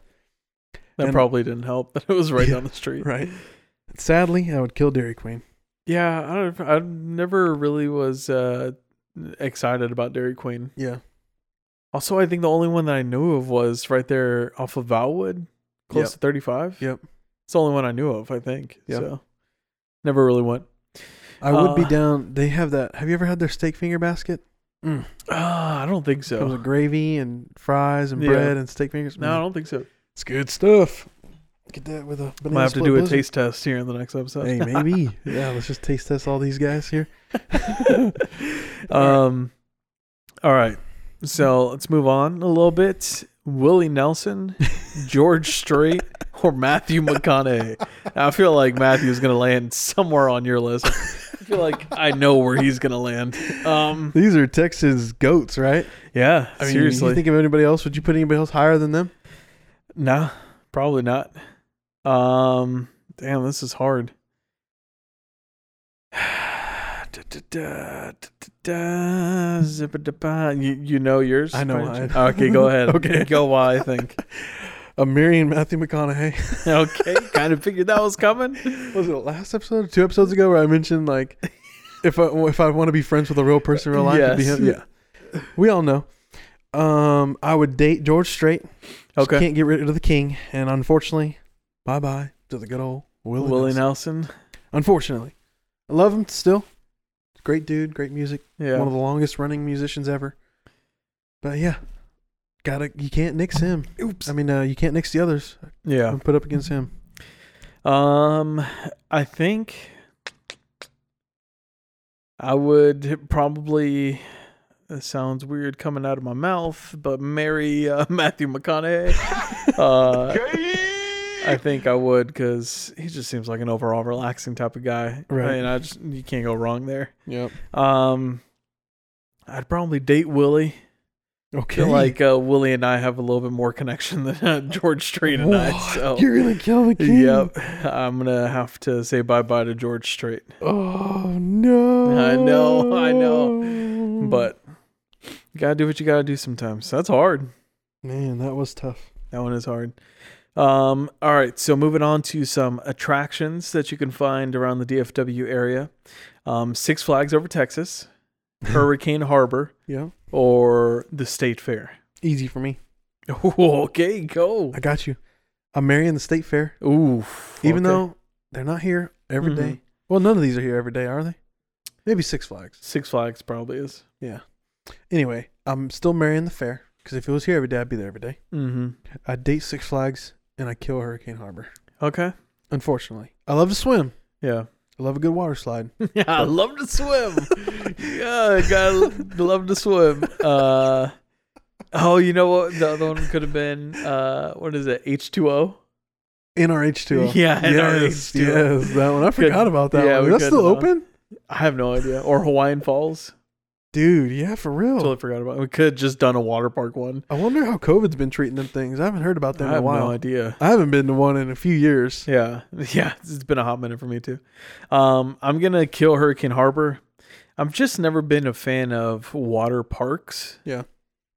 [SPEAKER 1] That
[SPEAKER 3] And-
[SPEAKER 1] probably didn't help that it was right
[SPEAKER 3] Yeah,
[SPEAKER 1] down the street.
[SPEAKER 3] right. Sadly, I would kill Dairy Queen.
[SPEAKER 1] Yeah, I don't. I never really was uh, excited about Dairy Queen.
[SPEAKER 3] Yeah,
[SPEAKER 1] Also, I think the only one that I knew of was right there off of Valwood, close
[SPEAKER 3] Yep.
[SPEAKER 1] to 35.
[SPEAKER 3] Yep.
[SPEAKER 1] It's the only one I knew of, I think.
[SPEAKER 3] Yep.
[SPEAKER 1] So never really went.
[SPEAKER 3] I would be
[SPEAKER 1] Uh,
[SPEAKER 3] down. They have that. Have you ever had their steak finger basket? Mm.
[SPEAKER 1] Ah, I don't think
[SPEAKER 3] Comes
[SPEAKER 1] so.
[SPEAKER 3] with gravy and fries and
[SPEAKER 1] Yeah.
[SPEAKER 3] bread and steak fingers.
[SPEAKER 1] No, I don't think so.
[SPEAKER 3] It's good stuff. Get that with a banana
[SPEAKER 1] Might have to
[SPEAKER 3] split
[SPEAKER 1] do a
[SPEAKER 3] blizzard.
[SPEAKER 1] taste test here in the next episode.
[SPEAKER 3] Hey, maybe. yeah, let's just taste test all these guys here.
[SPEAKER 1] um, all right. So let's move on a little bit. Willie Nelson, George Strait, or Matthew McConaughey. I feel like Matthew's gonna land somewhere on your list. I feel like I know where he's gonna land. Um,
[SPEAKER 3] These are Texas goats, right?
[SPEAKER 1] yeah,
[SPEAKER 3] I mean,
[SPEAKER 1] seriously.
[SPEAKER 3] you think of anybody else? Would you put anybody else higher than them?
[SPEAKER 1] nah, probably not. Um, damn, this is hard. Da-da-da, zip-a-da-ba. You, you know yours?
[SPEAKER 3] I know
[SPEAKER 1] Brian?
[SPEAKER 3] mine.
[SPEAKER 1] Okay, go ahead.
[SPEAKER 3] Okay.
[SPEAKER 1] Go why I think.
[SPEAKER 3] A Marion Matthew McConaughey.
[SPEAKER 1] Okay. kind of figured that was coming.
[SPEAKER 3] Was it last episode or two episodes ago where I mentioned like if I if I want to be friends with a real person in real life, it'd be
[SPEAKER 1] Yes.
[SPEAKER 3] him? Yeah. We all know. Um, I would date George Strait. Just
[SPEAKER 1] Okay.
[SPEAKER 3] Can't get rid of the king, and unfortunately, bye bye to the good old Willie.
[SPEAKER 1] Willie
[SPEAKER 3] Nelson.
[SPEAKER 1] Nelson.
[SPEAKER 3] Unfortunately, I love him still. Great dude, great music.
[SPEAKER 1] Yeah.
[SPEAKER 3] One of the longest running musicians ever. But yeah, gotta you can't nix him.
[SPEAKER 1] Oops.
[SPEAKER 3] I mean, uh, you can't nix the others.
[SPEAKER 1] Yeah.
[SPEAKER 3] I'm put up against him.
[SPEAKER 1] Um, I think I would probably. It sounds weird coming out of my mouth, but marry uh, Matthew McConaughey. uh, I think I would because he just seems like an overall relaxing type of guy.
[SPEAKER 3] Right.
[SPEAKER 1] And I just you can't go wrong there.
[SPEAKER 3] Yep.
[SPEAKER 1] Um, I'd probably date Willie. I
[SPEAKER 3] Okay.
[SPEAKER 1] feel like uh, Willie and I have a little bit more connection than uh, George Strait and I.
[SPEAKER 3] What?
[SPEAKER 1] So
[SPEAKER 3] You're gonna kill the king.
[SPEAKER 1] Yep. I'm gonna have to say bye bye to George Strait.
[SPEAKER 3] Oh no.
[SPEAKER 1] I know, I know. But you gotta do what you gotta do sometimes. That's hard.
[SPEAKER 3] man, that was tough.
[SPEAKER 1] That one is hard. Um, all right, so moving on to some attractions that you can find around the DFW area. Um, Six Flags over Texas, Hurricane Harbor,
[SPEAKER 3] Yeah.
[SPEAKER 1] or the State Fair.
[SPEAKER 3] Easy for me.
[SPEAKER 1] okay, go.
[SPEAKER 3] I got you. I'm marrying the state fair,
[SPEAKER 1] Ooh.
[SPEAKER 3] even though they're not here every
[SPEAKER 1] Mhm.
[SPEAKER 3] day. Well, none of these are here every day, are they? Maybe Six Flags.
[SPEAKER 1] Six Flags probably is.
[SPEAKER 3] Anyway, I'm still marrying the fair because if it was here every day, I'd be there every day.
[SPEAKER 1] Mm-hmm.
[SPEAKER 3] I date Six Flags and I kill Hurricane Harbor.
[SPEAKER 1] Okay.
[SPEAKER 3] Unfortunately, I love to swim.
[SPEAKER 1] Yeah.
[SPEAKER 3] I love a good water slide.
[SPEAKER 1] Yeah, I love to swim. yeah, gotta love, love to swim. Uh, oh, you know what? The other one could have been uh, what is it? H two O.
[SPEAKER 3] NRH2O.
[SPEAKER 1] Yeah,
[SPEAKER 3] yes,
[SPEAKER 1] NRH2O.
[SPEAKER 3] yes, that one. I forgot about that.
[SPEAKER 1] yeah,
[SPEAKER 3] one.
[SPEAKER 1] we
[SPEAKER 3] That's
[SPEAKER 1] couldn't,
[SPEAKER 3] still
[SPEAKER 1] huh?
[SPEAKER 3] open,
[SPEAKER 1] I have no idea. Or Hawaiian Falls.
[SPEAKER 3] dude. Yeah, for real.
[SPEAKER 1] Totally forgot about. It. We could have just done a water park one.
[SPEAKER 3] I wonder how COVID's been treating them things. I haven't heard about
[SPEAKER 1] I
[SPEAKER 3] them in a
[SPEAKER 1] have
[SPEAKER 3] while.
[SPEAKER 1] no idea.
[SPEAKER 3] I haven't been to one in a few years.
[SPEAKER 1] Yeah, yeah. It's been a hot minute for me too. Um, I'm gonna kill Hurricane Harbor. I've just never been a fan of water parks.
[SPEAKER 3] Yeah.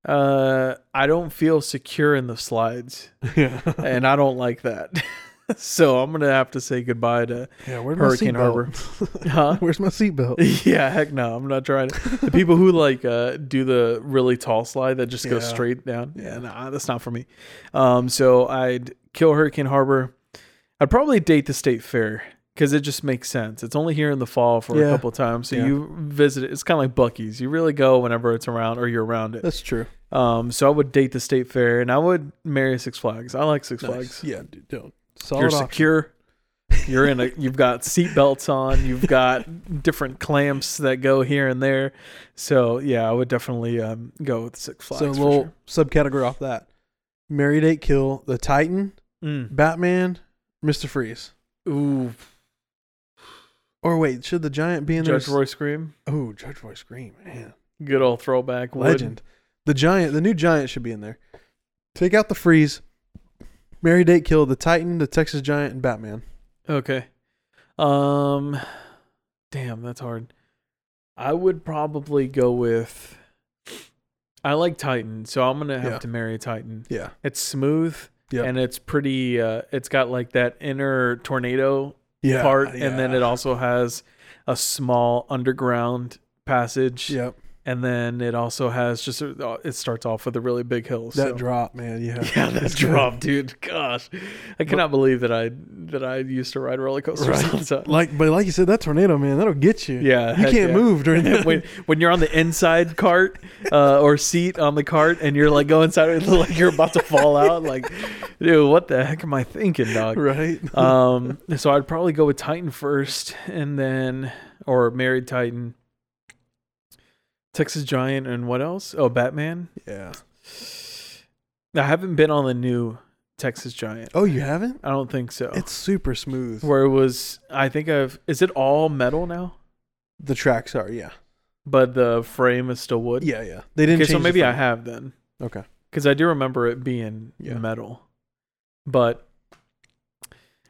[SPEAKER 1] Uh, I don't feel secure in the slides.
[SPEAKER 3] Yeah,
[SPEAKER 1] and I don't like that. so I'm gonna have to say goodbye to
[SPEAKER 3] yeah. Where's
[SPEAKER 1] Hurricane
[SPEAKER 3] my
[SPEAKER 1] Harbor.
[SPEAKER 3] seatbelt?
[SPEAKER 1] huh?
[SPEAKER 3] Where's my seatbelt?
[SPEAKER 1] yeah, heck no, I'm not trying it. The people who like uh, do the really tall slide that just goes
[SPEAKER 3] Yeah.
[SPEAKER 1] straight down. Yeah,
[SPEAKER 3] Yeah.
[SPEAKER 1] nah, that's not for me. Um, so I'd kill Hurricane Harbor. I'd probably date the state fair because it just makes sense. It's only here in the fall for a
[SPEAKER 3] Yeah.
[SPEAKER 1] couple times, so
[SPEAKER 3] Yeah.
[SPEAKER 1] you visit it. It's kind of like Bucky's. You really go whenever it's around or you're around it.
[SPEAKER 3] That's true.
[SPEAKER 1] Um, so I would date the state fair and I would marry Six Flags. I like Six
[SPEAKER 3] Nice.
[SPEAKER 1] Flags.
[SPEAKER 3] Yeah, dude. Don't. Solid
[SPEAKER 1] You're
[SPEAKER 3] option.
[SPEAKER 1] secure. You're in a. You've got seatbelts on. You've got different clamps that go here and there. So yeah, I would definitely um, go with Six Flags.
[SPEAKER 3] so a
[SPEAKER 1] for
[SPEAKER 3] little
[SPEAKER 1] sure.
[SPEAKER 3] subcategory off that. Mary Date Kill, The Titan,
[SPEAKER 1] Mm.
[SPEAKER 3] Batman, Mister Freeze.
[SPEAKER 1] Ooh,
[SPEAKER 3] Or wait, should the giant be in there?
[SPEAKER 1] Judge Roy Scream,
[SPEAKER 3] Oh, Judge Roy Scream, man,
[SPEAKER 1] good old throwback wood.
[SPEAKER 3] legend. The giant, the new giant should be in there. Take out the freeze. Mary Date Kill, the Titan, the Texas Giant, and Batman.
[SPEAKER 1] Okay. Um, damn, that's hard. I would probably go with. I like Titan, so I'm gonna have
[SPEAKER 3] Yeah.
[SPEAKER 1] to marry Titan.
[SPEAKER 3] Yeah,
[SPEAKER 1] It's smooth,
[SPEAKER 3] Yeah.
[SPEAKER 1] and it's pretty. Uh, it's got like that inner tornado
[SPEAKER 3] yeah.
[SPEAKER 1] part, and then
[SPEAKER 3] yeah.
[SPEAKER 1] it also has a small underground passage,
[SPEAKER 3] Yep,
[SPEAKER 1] and then it also has just a, uh, it starts off with a really big hill.
[SPEAKER 3] that
[SPEAKER 1] so.
[SPEAKER 3] drop, man. Yeah,
[SPEAKER 1] Yeah, that
[SPEAKER 3] It's good.
[SPEAKER 1] drop, dude. Gosh, I cannot believe that I that I used to ride roller coasters.
[SPEAKER 3] Right.
[SPEAKER 1] all the time.
[SPEAKER 3] Like, but like you said, that tornado, man, that'll get you.
[SPEAKER 1] Yeah,
[SPEAKER 3] you
[SPEAKER 1] heck
[SPEAKER 3] can't
[SPEAKER 1] yeah.
[SPEAKER 3] move during that.
[SPEAKER 1] when when you're on the inside cart uh, or seat on the cart, and you're like going sideways, look like you're about to fall out. Like, dude, what the heck am I thinking, dog?
[SPEAKER 3] right?
[SPEAKER 1] Um, so I'd probably go with Titan first, and then or married Titan, Texas Giant, and what else? Oh, Batman.
[SPEAKER 3] yeah.
[SPEAKER 1] I haven't been on the new Texas Giant.
[SPEAKER 3] Oh, you haven't?
[SPEAKER 1] I don't think so.
[SPEAKER 3] It's super smooth.
[SPEAKER 1] Oh. where it was I think I've is it all metal now,
[SPEAKER 3] The tracks are, yeah,
[SPEAKER 1] but the frame is still wood.
[SPEAKER 3] yeah, yeah. They didn't.
[SPEAKER 1] Okay, so
[SPEAKER 3] change the
[SPEAKER 1] maybe I
[SPEAKER 3] front.
[SPEAKER 1] have then
[SPEAKER 3] Okay.
[SPEAKER 1] because I do remember it being
[SPEAKER 3] Yeah.
[SPEAKER 1] metal, but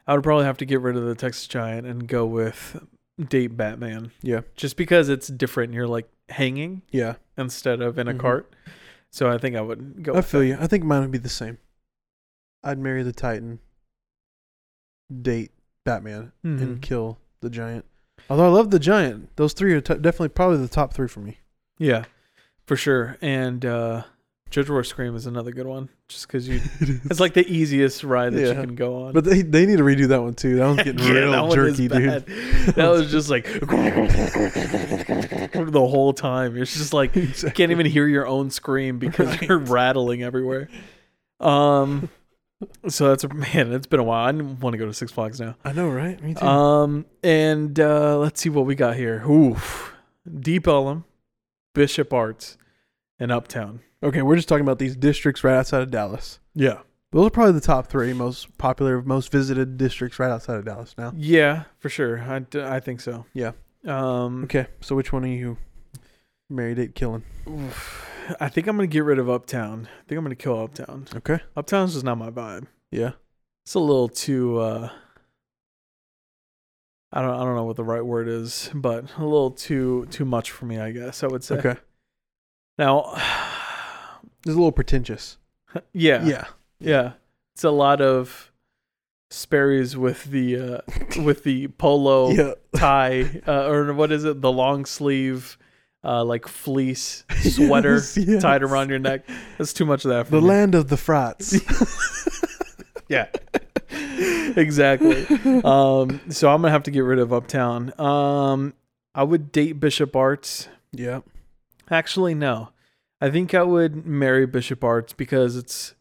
[SPEAKER 1] I would probably have to get rid of the Texas Giant and go with Date Batman.
[SPEAKER 3] Yeah.
[SPEAKER 1] just because it's different. You're like hanging
[SPEAKER 3] Yeah,
[SPEAKER 1] instead of in a
[SPEAKER 3] Mhm.
[SPEAKER 1] cart. So I think I would go.
[SPEAKER 3] I
[SPEAKER 1] with
[SPEAKER 3] feel
[SPEAKER 1] that.
[SPEAKER 3] you. I think mine would be the same. I'd marry the Titan, date Batman, and
[SPEAKER 1] Mhm.
[SPEAKER 3] kill the Giant. Although I love the Giant, those three are t- definitely probably the top three for me.
[SPEAKER 1] Yeah, for sure. And uh, Judge Roy Scream is another good one, just because you. It's like the easiest ride that you
[SPEAKER 3] Yeah.
[SPEAKER 1] can go on.
[SPEAKER 3] But they they need to redo that one too. That one's getting
[SPEAKER 1] Yeah,
[SPEAKER 3] real
[SPEAKER 1] that one is
[SPEAKER 3] jerky,
[SPEAKER 1] bad.
[SPEAKER 3] dude.
[SPEAKER 1] That was just like the whole time. It's just like you
[SPEAKER 3] Exactly.
[SPEAKER 1] can't even hear your own scream because
[SPEAKER 3] Right.
[SPEAKER 1] you're rattling everywhere. Um, so that's a man. It's been a while. I want to go to Six Flags now.
[SPEAKER 3] I know, right? Me too.
[SPEAKER 1] Um, and uh, let's see what we got here. Oof, Deep Ellum, Bishop Arts, and Uptown.
[SPEAKER 3] okay, we're just talking about these districts right outside of Dallas.
[SPEAKER 1] Yeah,
[SPEAKER 3] Those are probably the top three most popular, most visited districts right outside of Dallas now.
[SPEAKER 1] yeah, for sure. I, d- I think so.
[SPEAKER 3] Yeah.
[SPEAKER 1] Um,
[SPEAKER 3] Okay, so which one are you married at killing?
[SPEAKER 1] Oof. I think I'm gonna get rid of Uptown. I think I'm gonna kill Uptown.
[SPEAKER 3] Okay.
[SPEAKER 1] Uptown's just not my vibe.
[SPEAKER 3] Yeah.
[SPEAKER 1] It's a little too. uh I don't. I don't know what the right word is, but a little too too much for me. I guess I would say.
[SPEAKER 3] Okay.
[SPEAKER 1] Now,
[SPEAKER 3] It's a little pretentious.
[SPEAKER 1] yeah, yeah,
[SPEAKER 3] Yeah.
[SPEAKER 1] It's a lot of Sperry's with the uh with the polo
[SPEAKER 3] Yeah.
[SPEAKER 1] tie uh, or what is it? The long sleeve, uh like fleece sweater
[SPEAKER 3] Yes, yes.
[SPEAKER 1] tied around your neck. That's too much of that for
[SPEAKER 3] The
[SPEAKER 1] me.
[SPEAKER 3] land of the frats.
[SPEAKER 1] Yeah. exactly. Um, so I'm gonna have to get rid of Uptown. Um, I would date Bishop Arts.
[SPEAKER 3] yeah.
[SPEAKER 1] Actually, no. I think I would marry Bishop Arts because it's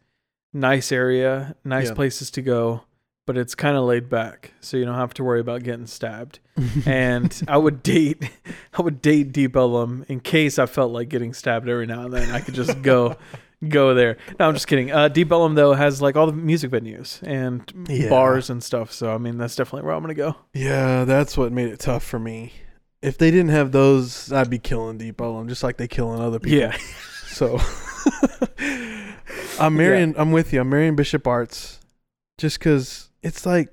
[SPEAKER 1] nice area, nice
[SPEAKER 3] Yeah.
[SPEAKER 1] places to go, but it's kind of laid back, so you don't have to worry about getting stabbed. And I would date, I would date Deep Ellum in case I felt like getting stabbed every now and then. I could just go, go there. No, I'm just kidding. Uh, Deep Ellum though has like all the music venues and
[SPEAKER 3] Yeah.
[SPEAKER 1] bars and stuff, so I mean that's definitely where I'm gonna go.
[SPEAKER 3] Yeah, that's what made it tough for me. If they didn't have those, I'd be killing Deep Ellum just like they killing other people.
[SPEAKER 1] Yeah,
[SPEAKER 3] So I'm marrying I'm with you. I'm marrying Bishop Arts just cuz it's like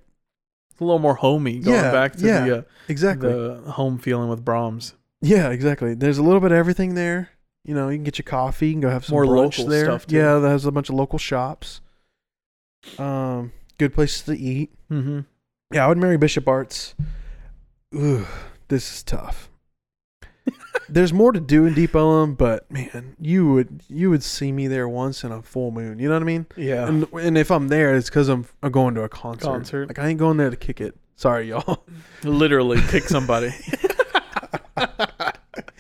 [SPEAKER 1] it's a little more homey going
[SPEAKER 3] Yeah,
[SPEAKER 1] back to
[SPEAKER 3] yeah,
[SPEAKER 1] the, uh,
[SPEAKER 3] exactly.
[SPEAKER 1] the home feeling with Brahms.
[SPEAKER 3] yeah, exactly. There's a little bit of everything there. You know, you can get your coffee, you can go have some
[SPEAKER 1] More
[SPEAKER 3] brunch
[SPEAKER 1] local
[SPEAKER 3] there.
[SPEAKER 1] stuff, too.
[SPEAKER 3] Yeah, there's a bunch of local shops. Um good places to eat.
[SPEAKER 1] Mm-hmm.
[SPEAKER 3] Yeah, I would marry Bishop Arts. Ugh, this is tough. There's more to do in Deep Ellum, but man, you would you would see me there once in a full moon. You know what I mean?
[SPEAKER 1] Yeah.
[SPEAKER 3] And and if I'm there, it's because I'm, I'm going to a concert.
[SPEAKER 1] Concert.
[SPEAKER 3] Like I ain't going there to kick it. Sorry, y'all.
[SPEAKER 1] Literally kick somebody.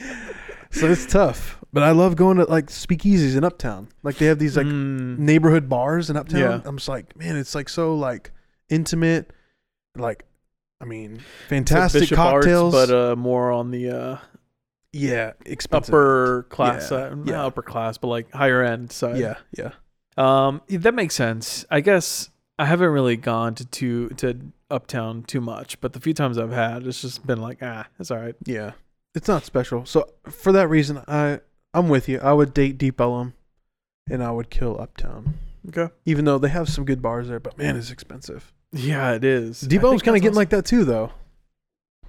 [SPEAKER 3] so it's tough. But I love going to like speakeasies in Uptown. Like they have these like
[SPEAKER 1] Mm,
[SPEAKER 3] neighborhood bars in Uptown.
[SPEAKER 1] Yeah.
[SPEAKER 3] I'm just like, man, it's like so like intimate. Like I mean,
[SPEAKER 1] It's at
[SPEAKER 3] fantastic
[SPEAKER 1] Bishop Arts,
[SPEAKER 3] cocktails.
[SPEAKER 1] but uh, more on the uh,
[SPEAKER 3] yeah, expensive.
[SPEAKER 1] upper class,
[SPEAKER 3] Yeah,
[SPEAKER 1] side not
[SPEAKER 3] yeah.
[SPEAKER 1] upper class, but like higher end side.
[SPEAKER 3] Yeah, yeah.
[SPEAKER 1] Um, that makes sense. I guess I haven't really gone to too, to Uptown too much, but the few times I've had, it's just been like, ah, it's all right.
[SPEAKER 3] Yeah, it's not special. So for that reason, I I'm with you. I would date Deep Ellum, and I would kill Uptown.
[SPEAKER 1] Okay.
[SPEAKER 3] Even though they have some good bars there, but man, it's expensive.
[SPEAKER 1] Yeah, it is.
[SPEAKER 3] Deep
[SPEAKER 1] I
[SPEAKER 3] Ellum's
[SPEAKER 1] think
[SPEAKER 3] kind of
[SPEAKER 1] that's
[SPEAKER 3] getting
[SPEAKER 1] also-
[SPEAKER 3] like that too, though.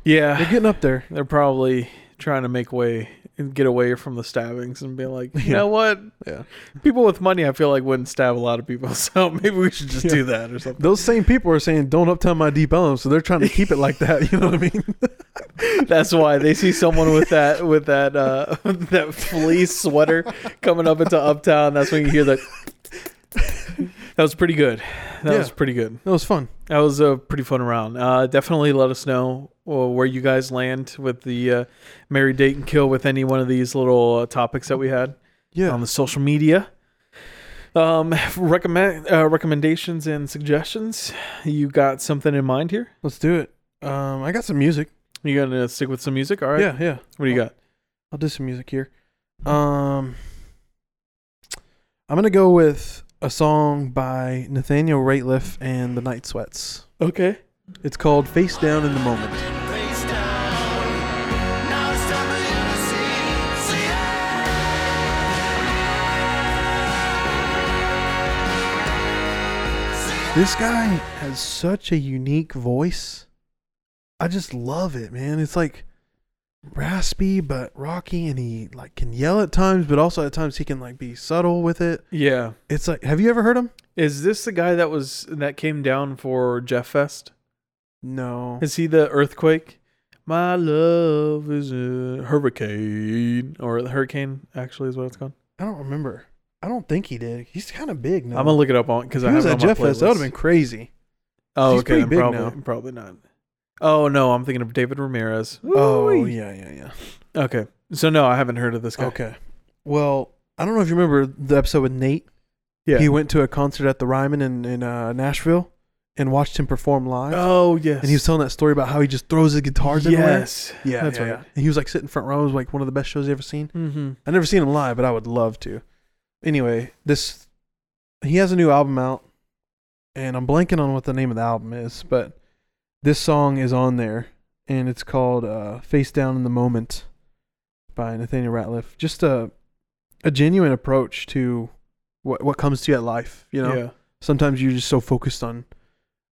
[SPEAKER 1] yeah,
[SPEAKER 3] They're getting up there.
[SPEAKER 1] They're probably trying to make way and get away from the stabbings and be like, you
[SPEAKER 3] Yeah.
[SPEAKER 1] know what?
[SPEAKER 3] Yeah.
[SPEAKER 1] People with money, I feel like, wouldn't stab a lot of people. So maybe we should just
[SPEAKER 3] Yeah.
[SPEAKER 1] do that or something.
[SPEAKER 3] Those same people are saying, "Don't Uptown my Deep Ellum," so they're trying to keep it like that. You know what I mean?
[SPEAKER 1] That's why they see someone with that with that uh, that fleece sweater coming up into Uptown. That's when you hear that. That was pretty good. That
[SPEAKER 3] Yeah.
[SPEAKER 1] was pretty good.
[SPEAKER 3] That was fun.
[SPEAKER 1] That was a pretty fun round. Uh, definitely let us know uh, where you guys land with the uh, marry, date, and kill with any one of these little uh, topics that we had.
[SPEAKER 3] Yeah.
[SPEAKER 1] on the social media. Um, recommend uh, recommendations and suggestions. You got something in mind here?
[SPEAKER 3] Let's do it. Um, I got some music.
[SPEAKER 1] You gonna stick with some music? All right.
[SPEAKER 3] Yeah, yeah.
[SPEAKER 1] What do you got?
[SPEAKER 3] I'll do some music here. Um, I'm gonna go with a song by Nathaniel Rateliff and the Night Sweats.
[SPEAKER 1] Okay.
[SPEAKER 3] It's called Face Down in the Moment. This guy has such a unique voice. I just love it, man. It's like raspy but rocky and he like can yell at times, but also at times he can like be subtle with it.
[SPEAKER 1] Yeah.
[SPEAKER 3] It's like have you ever heard him?
[SPEAKER 1] Is this the guy that was that came down for Jeff Fest?
[SPEAKER 3] No.
[SPEAKER 1] Is he the earthquake? My love is a hurricane or a hurricane actually is what it's called.
[SPEAKER 3] I don't remember. I don't think he did. He's kind of big now.
[SPEAKER 1] I'm gonna look it up on because
[SPEAKER 3] if
[SPEAKER 1] I
[SPEAKER 3] he
[SPEAKER 1] have it
[SPEAKER 3] was at
[SPEAKER 1] on my
[SPEAKER 3] Jeff Fest, that would have
[SPEAKER 1] playlist.
[SPEAKER 3] been crazy.
[SPEAKER 1] Oh,
[SPEAKER 3] He's
[SPEAKER 1] okay.
[SPEAKER 3] pretty
[SPEAKER 1] then
[SPEAKER 3] big
[SPEAKER 1] probably,
[SPEAKER 3] now.
[SPEAKER 1] probably not. Oh no, I'm thinking of David Ramirez.
[SPEAKER 3] Oh
[SPEAKER 1] Ooh-wee.
[SPEAKER 3] yeah, yeah, yeah.
[SPEAKER 1] Okay. So no, I haven't heard of this guy.
[SPEAKER 3] Okay. Well, I don't know if you remember the episode with Nate.
[SPEAKER 1] Yeah.
[SPEAKER 3] He went to a concert at the Ryman in, in uh, Nashville and watched him perform live.
[SPEAKER 1] Oh yes.
[SPEAKER 3] And he was telling that story about how he just throws his guitars everywhere.
[SPEAKER 1] yes.
[SPEAKER 3] Yeah,
[SPEAKER 1] That's
[SPEAKER 3] that's
[SPEAKER 1] right.
[SPEAKER 3] right. And he was like sitting front row. It was like one of the best shows I've ever seen.
[SPEAKER 1] Mm-hmm.
[SPEAKER 3] I've never seen him live, but I would love to. Anyway, this he has a new album out, and I'm blanking on what the name of the album is, but this song is on there, and it's called uh, "Face Down in the Moment" by Nathaniel Ratliff. Just a a genuine approach to what what comes to you at life. You know,
[SPEAKER 1] Yeah.
[SPEAKER 3] sometimes you're just so focused on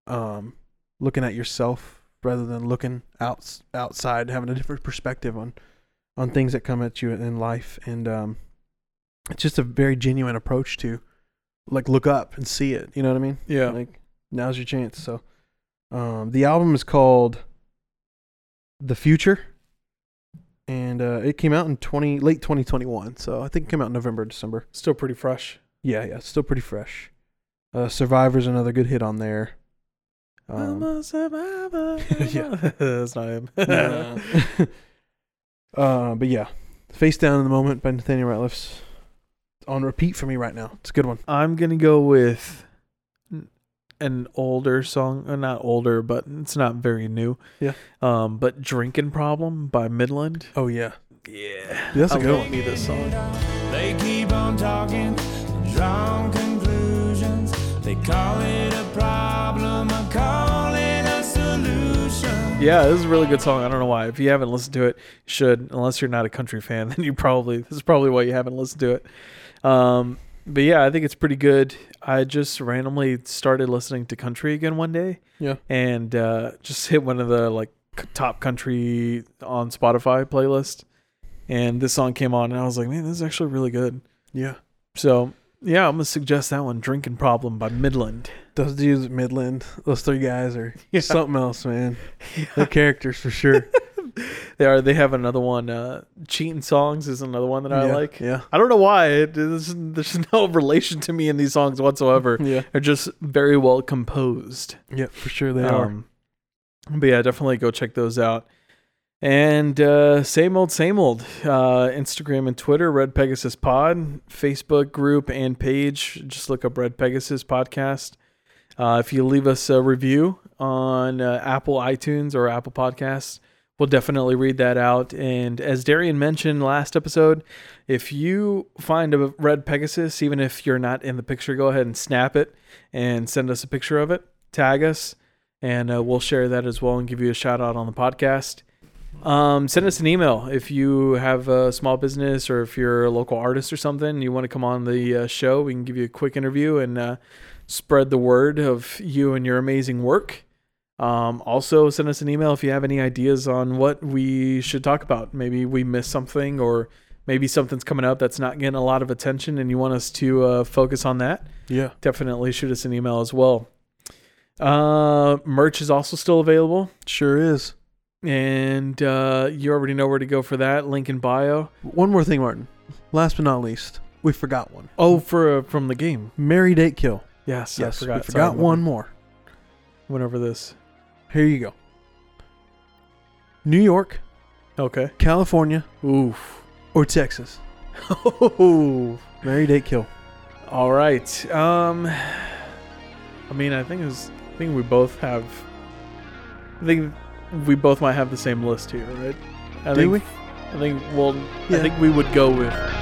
[SPEAKER 3] um, looking at yourself rather than looking out outside, having a different perspective on on things that come at you in life, and um, it's just a very genuine approach to like look up and see it. You know what I mean?
[SPEAKER 1] Yeah.
[SPEAKER 3] Like now's your chance. So um, the album is called The Future. And uh, it came out in twenty late twenty twenty one, so I think it came out in November, December.
[SPEAKER 1] Still pretty fresh.
[SPEAKER 3] Yeah, yeah, it's still pretty fresh. Uh, Survivor's another good hit on there.
[SPEAKER 1] I'm
[SPEAKER 3] Um,
[SPEAKER 1] a survivor.
[SPEAKER 3] Yeah.
[SPEAKER 1] That's not him.
[SPEAKER 3] yeah. uh, but yeah, Face Down in the Moment by Nathaniel Ratliff's on repeat for me right now. It's a good one.
[SPEAKER 1] I'm gonna go with n- an older song, uh, not older, but it's not very new.
[SPEAKER 3] Yeah.
[SPEAKER 1] Um, but "Drinking Problem" by Midland.
[SPEAKER 3] Oh yeah,
[SPEAKER 1] Yeah,
[SPEAKER 3] That's a
[SPEAKER 1] I
[SPEAKER 3] good
[SPEAKER 1] love
[SPEAKER 3] one.
[SPEAKER 1] Me this song.
[SPEAKER 4] They keep on talking, drawn conclusions. They call it a problem, I call it a solution.
[SPEAKER 1] Yeah, this is a really good song. I don't know why. If you haven't listened to it, you should. Unless you're not a country fan, then you probably this is probably why you haven't listened to it. Um, but yeah, I think it's pretty good. I just randomly started listening to country again one day,
[SPEAKER 3] yeah.
[SPEAKER 1] and uh, just hit one of the like c- top country on Spotify playlist, and this song came on, and I was like, man, this is actually really good.
[SPEAKER 3] Yeah,
[SPEAKER 1] So yeah, I'm gonna suggest that one, "Drinking Problem" by Midland.
[SPEAKER 3] those dudes at Midland, those three guys are
[SPEAKER 1] Yeah.
[SPEAKER 3] something else, man. They're characters for sure.
[SPEAKER 1] They are. They have another one. Uh, "Cheating Songs" is another one that I
[SPEAKER 3] yeah,
[SPEAKER 1] like.
[SPEAKER 3] Yeah,
[SPEAKER 1] I don't know why. It, there's, there's no relation to me in these songs whatsoever.
[SPEAKER 3] yeah,
[SPEAKER 1] They're just very well composed.
[SPEAKER 3] yeah, for sure they are.
[SPEAKER 1] Um, But yeah, definitely go check those out. And uh, same old, same old. Uh, Instagram and Twitter, Red Pegasus Pod, Facebook group and page. Just look up Red Pegasus Podcast. Uh, if you leave us a review on uh, Apple iTunes or Apple Podcasts, we'll definitely read that out. And as Darian mentioned last episode, if you find a red Pegasus, even if you're not in the picture, go ahead and snap it and send us a picture of it. Tag us, and uh, we'll share that as well and give you a shout out on the podcast. Um, send us an email if you have a small business or if you're a local artist or something. and You want to come on the uh, show, we can give you a quick interview and uh, spread the word of you and your amazing work. Um, also, send us an email if you have any ideas on what we should talk about. Maybe we missed something, or maybe something's coming up that's not getting a lot of attention, and you want us to uh, focus on that
[SPEAKER 3] Yeah.
[SPEAKER 1] definitely shoot us an email as well. Uh, merch is also still available,
[SPEAKER 3] Sure is.
[SPEAKER 1] and uh, you already know where to go for that. Link in bio.
[SPEAKER 3] One more thing, Martin. Last but not least, we forgot one.
[SPEAKER 1] Oh, for uh, from the game.
[SPEAKER 3] Mary Date Kill.
[SPEAKER 1] Yes,
[SPEAKER 3] Yes,
[SPEAKER 1] I forgot.
[SPEAKER 3] we forgot
[SPEAKER 1] Sorry,
[SPEAKER 3] one more.
[SPEAKER 1] Went over this.
[SPEAKER 3] Here you go. New York,
[SPEAKER 1] Okay.
[SPEAKER 3] California,
[SPEAKER 1] Oof.
[SPEAKER 3] or Texas.
[SPEAKER 1] Oh.
[SPEAKER 3] Mary Date Kill.
[SPEAKER 1] All right. Um, I mean, I think it was. I think we both have. I think we both might have the same list here, right? I
[SPEAKER 3] Do
[SPEAKER 1] think,
[SPEAKER 3] we?
[SPEAKER 1] I think. Well,
[SPEAKER 3] Yeah.
[SPEAKER 1] I think we would go with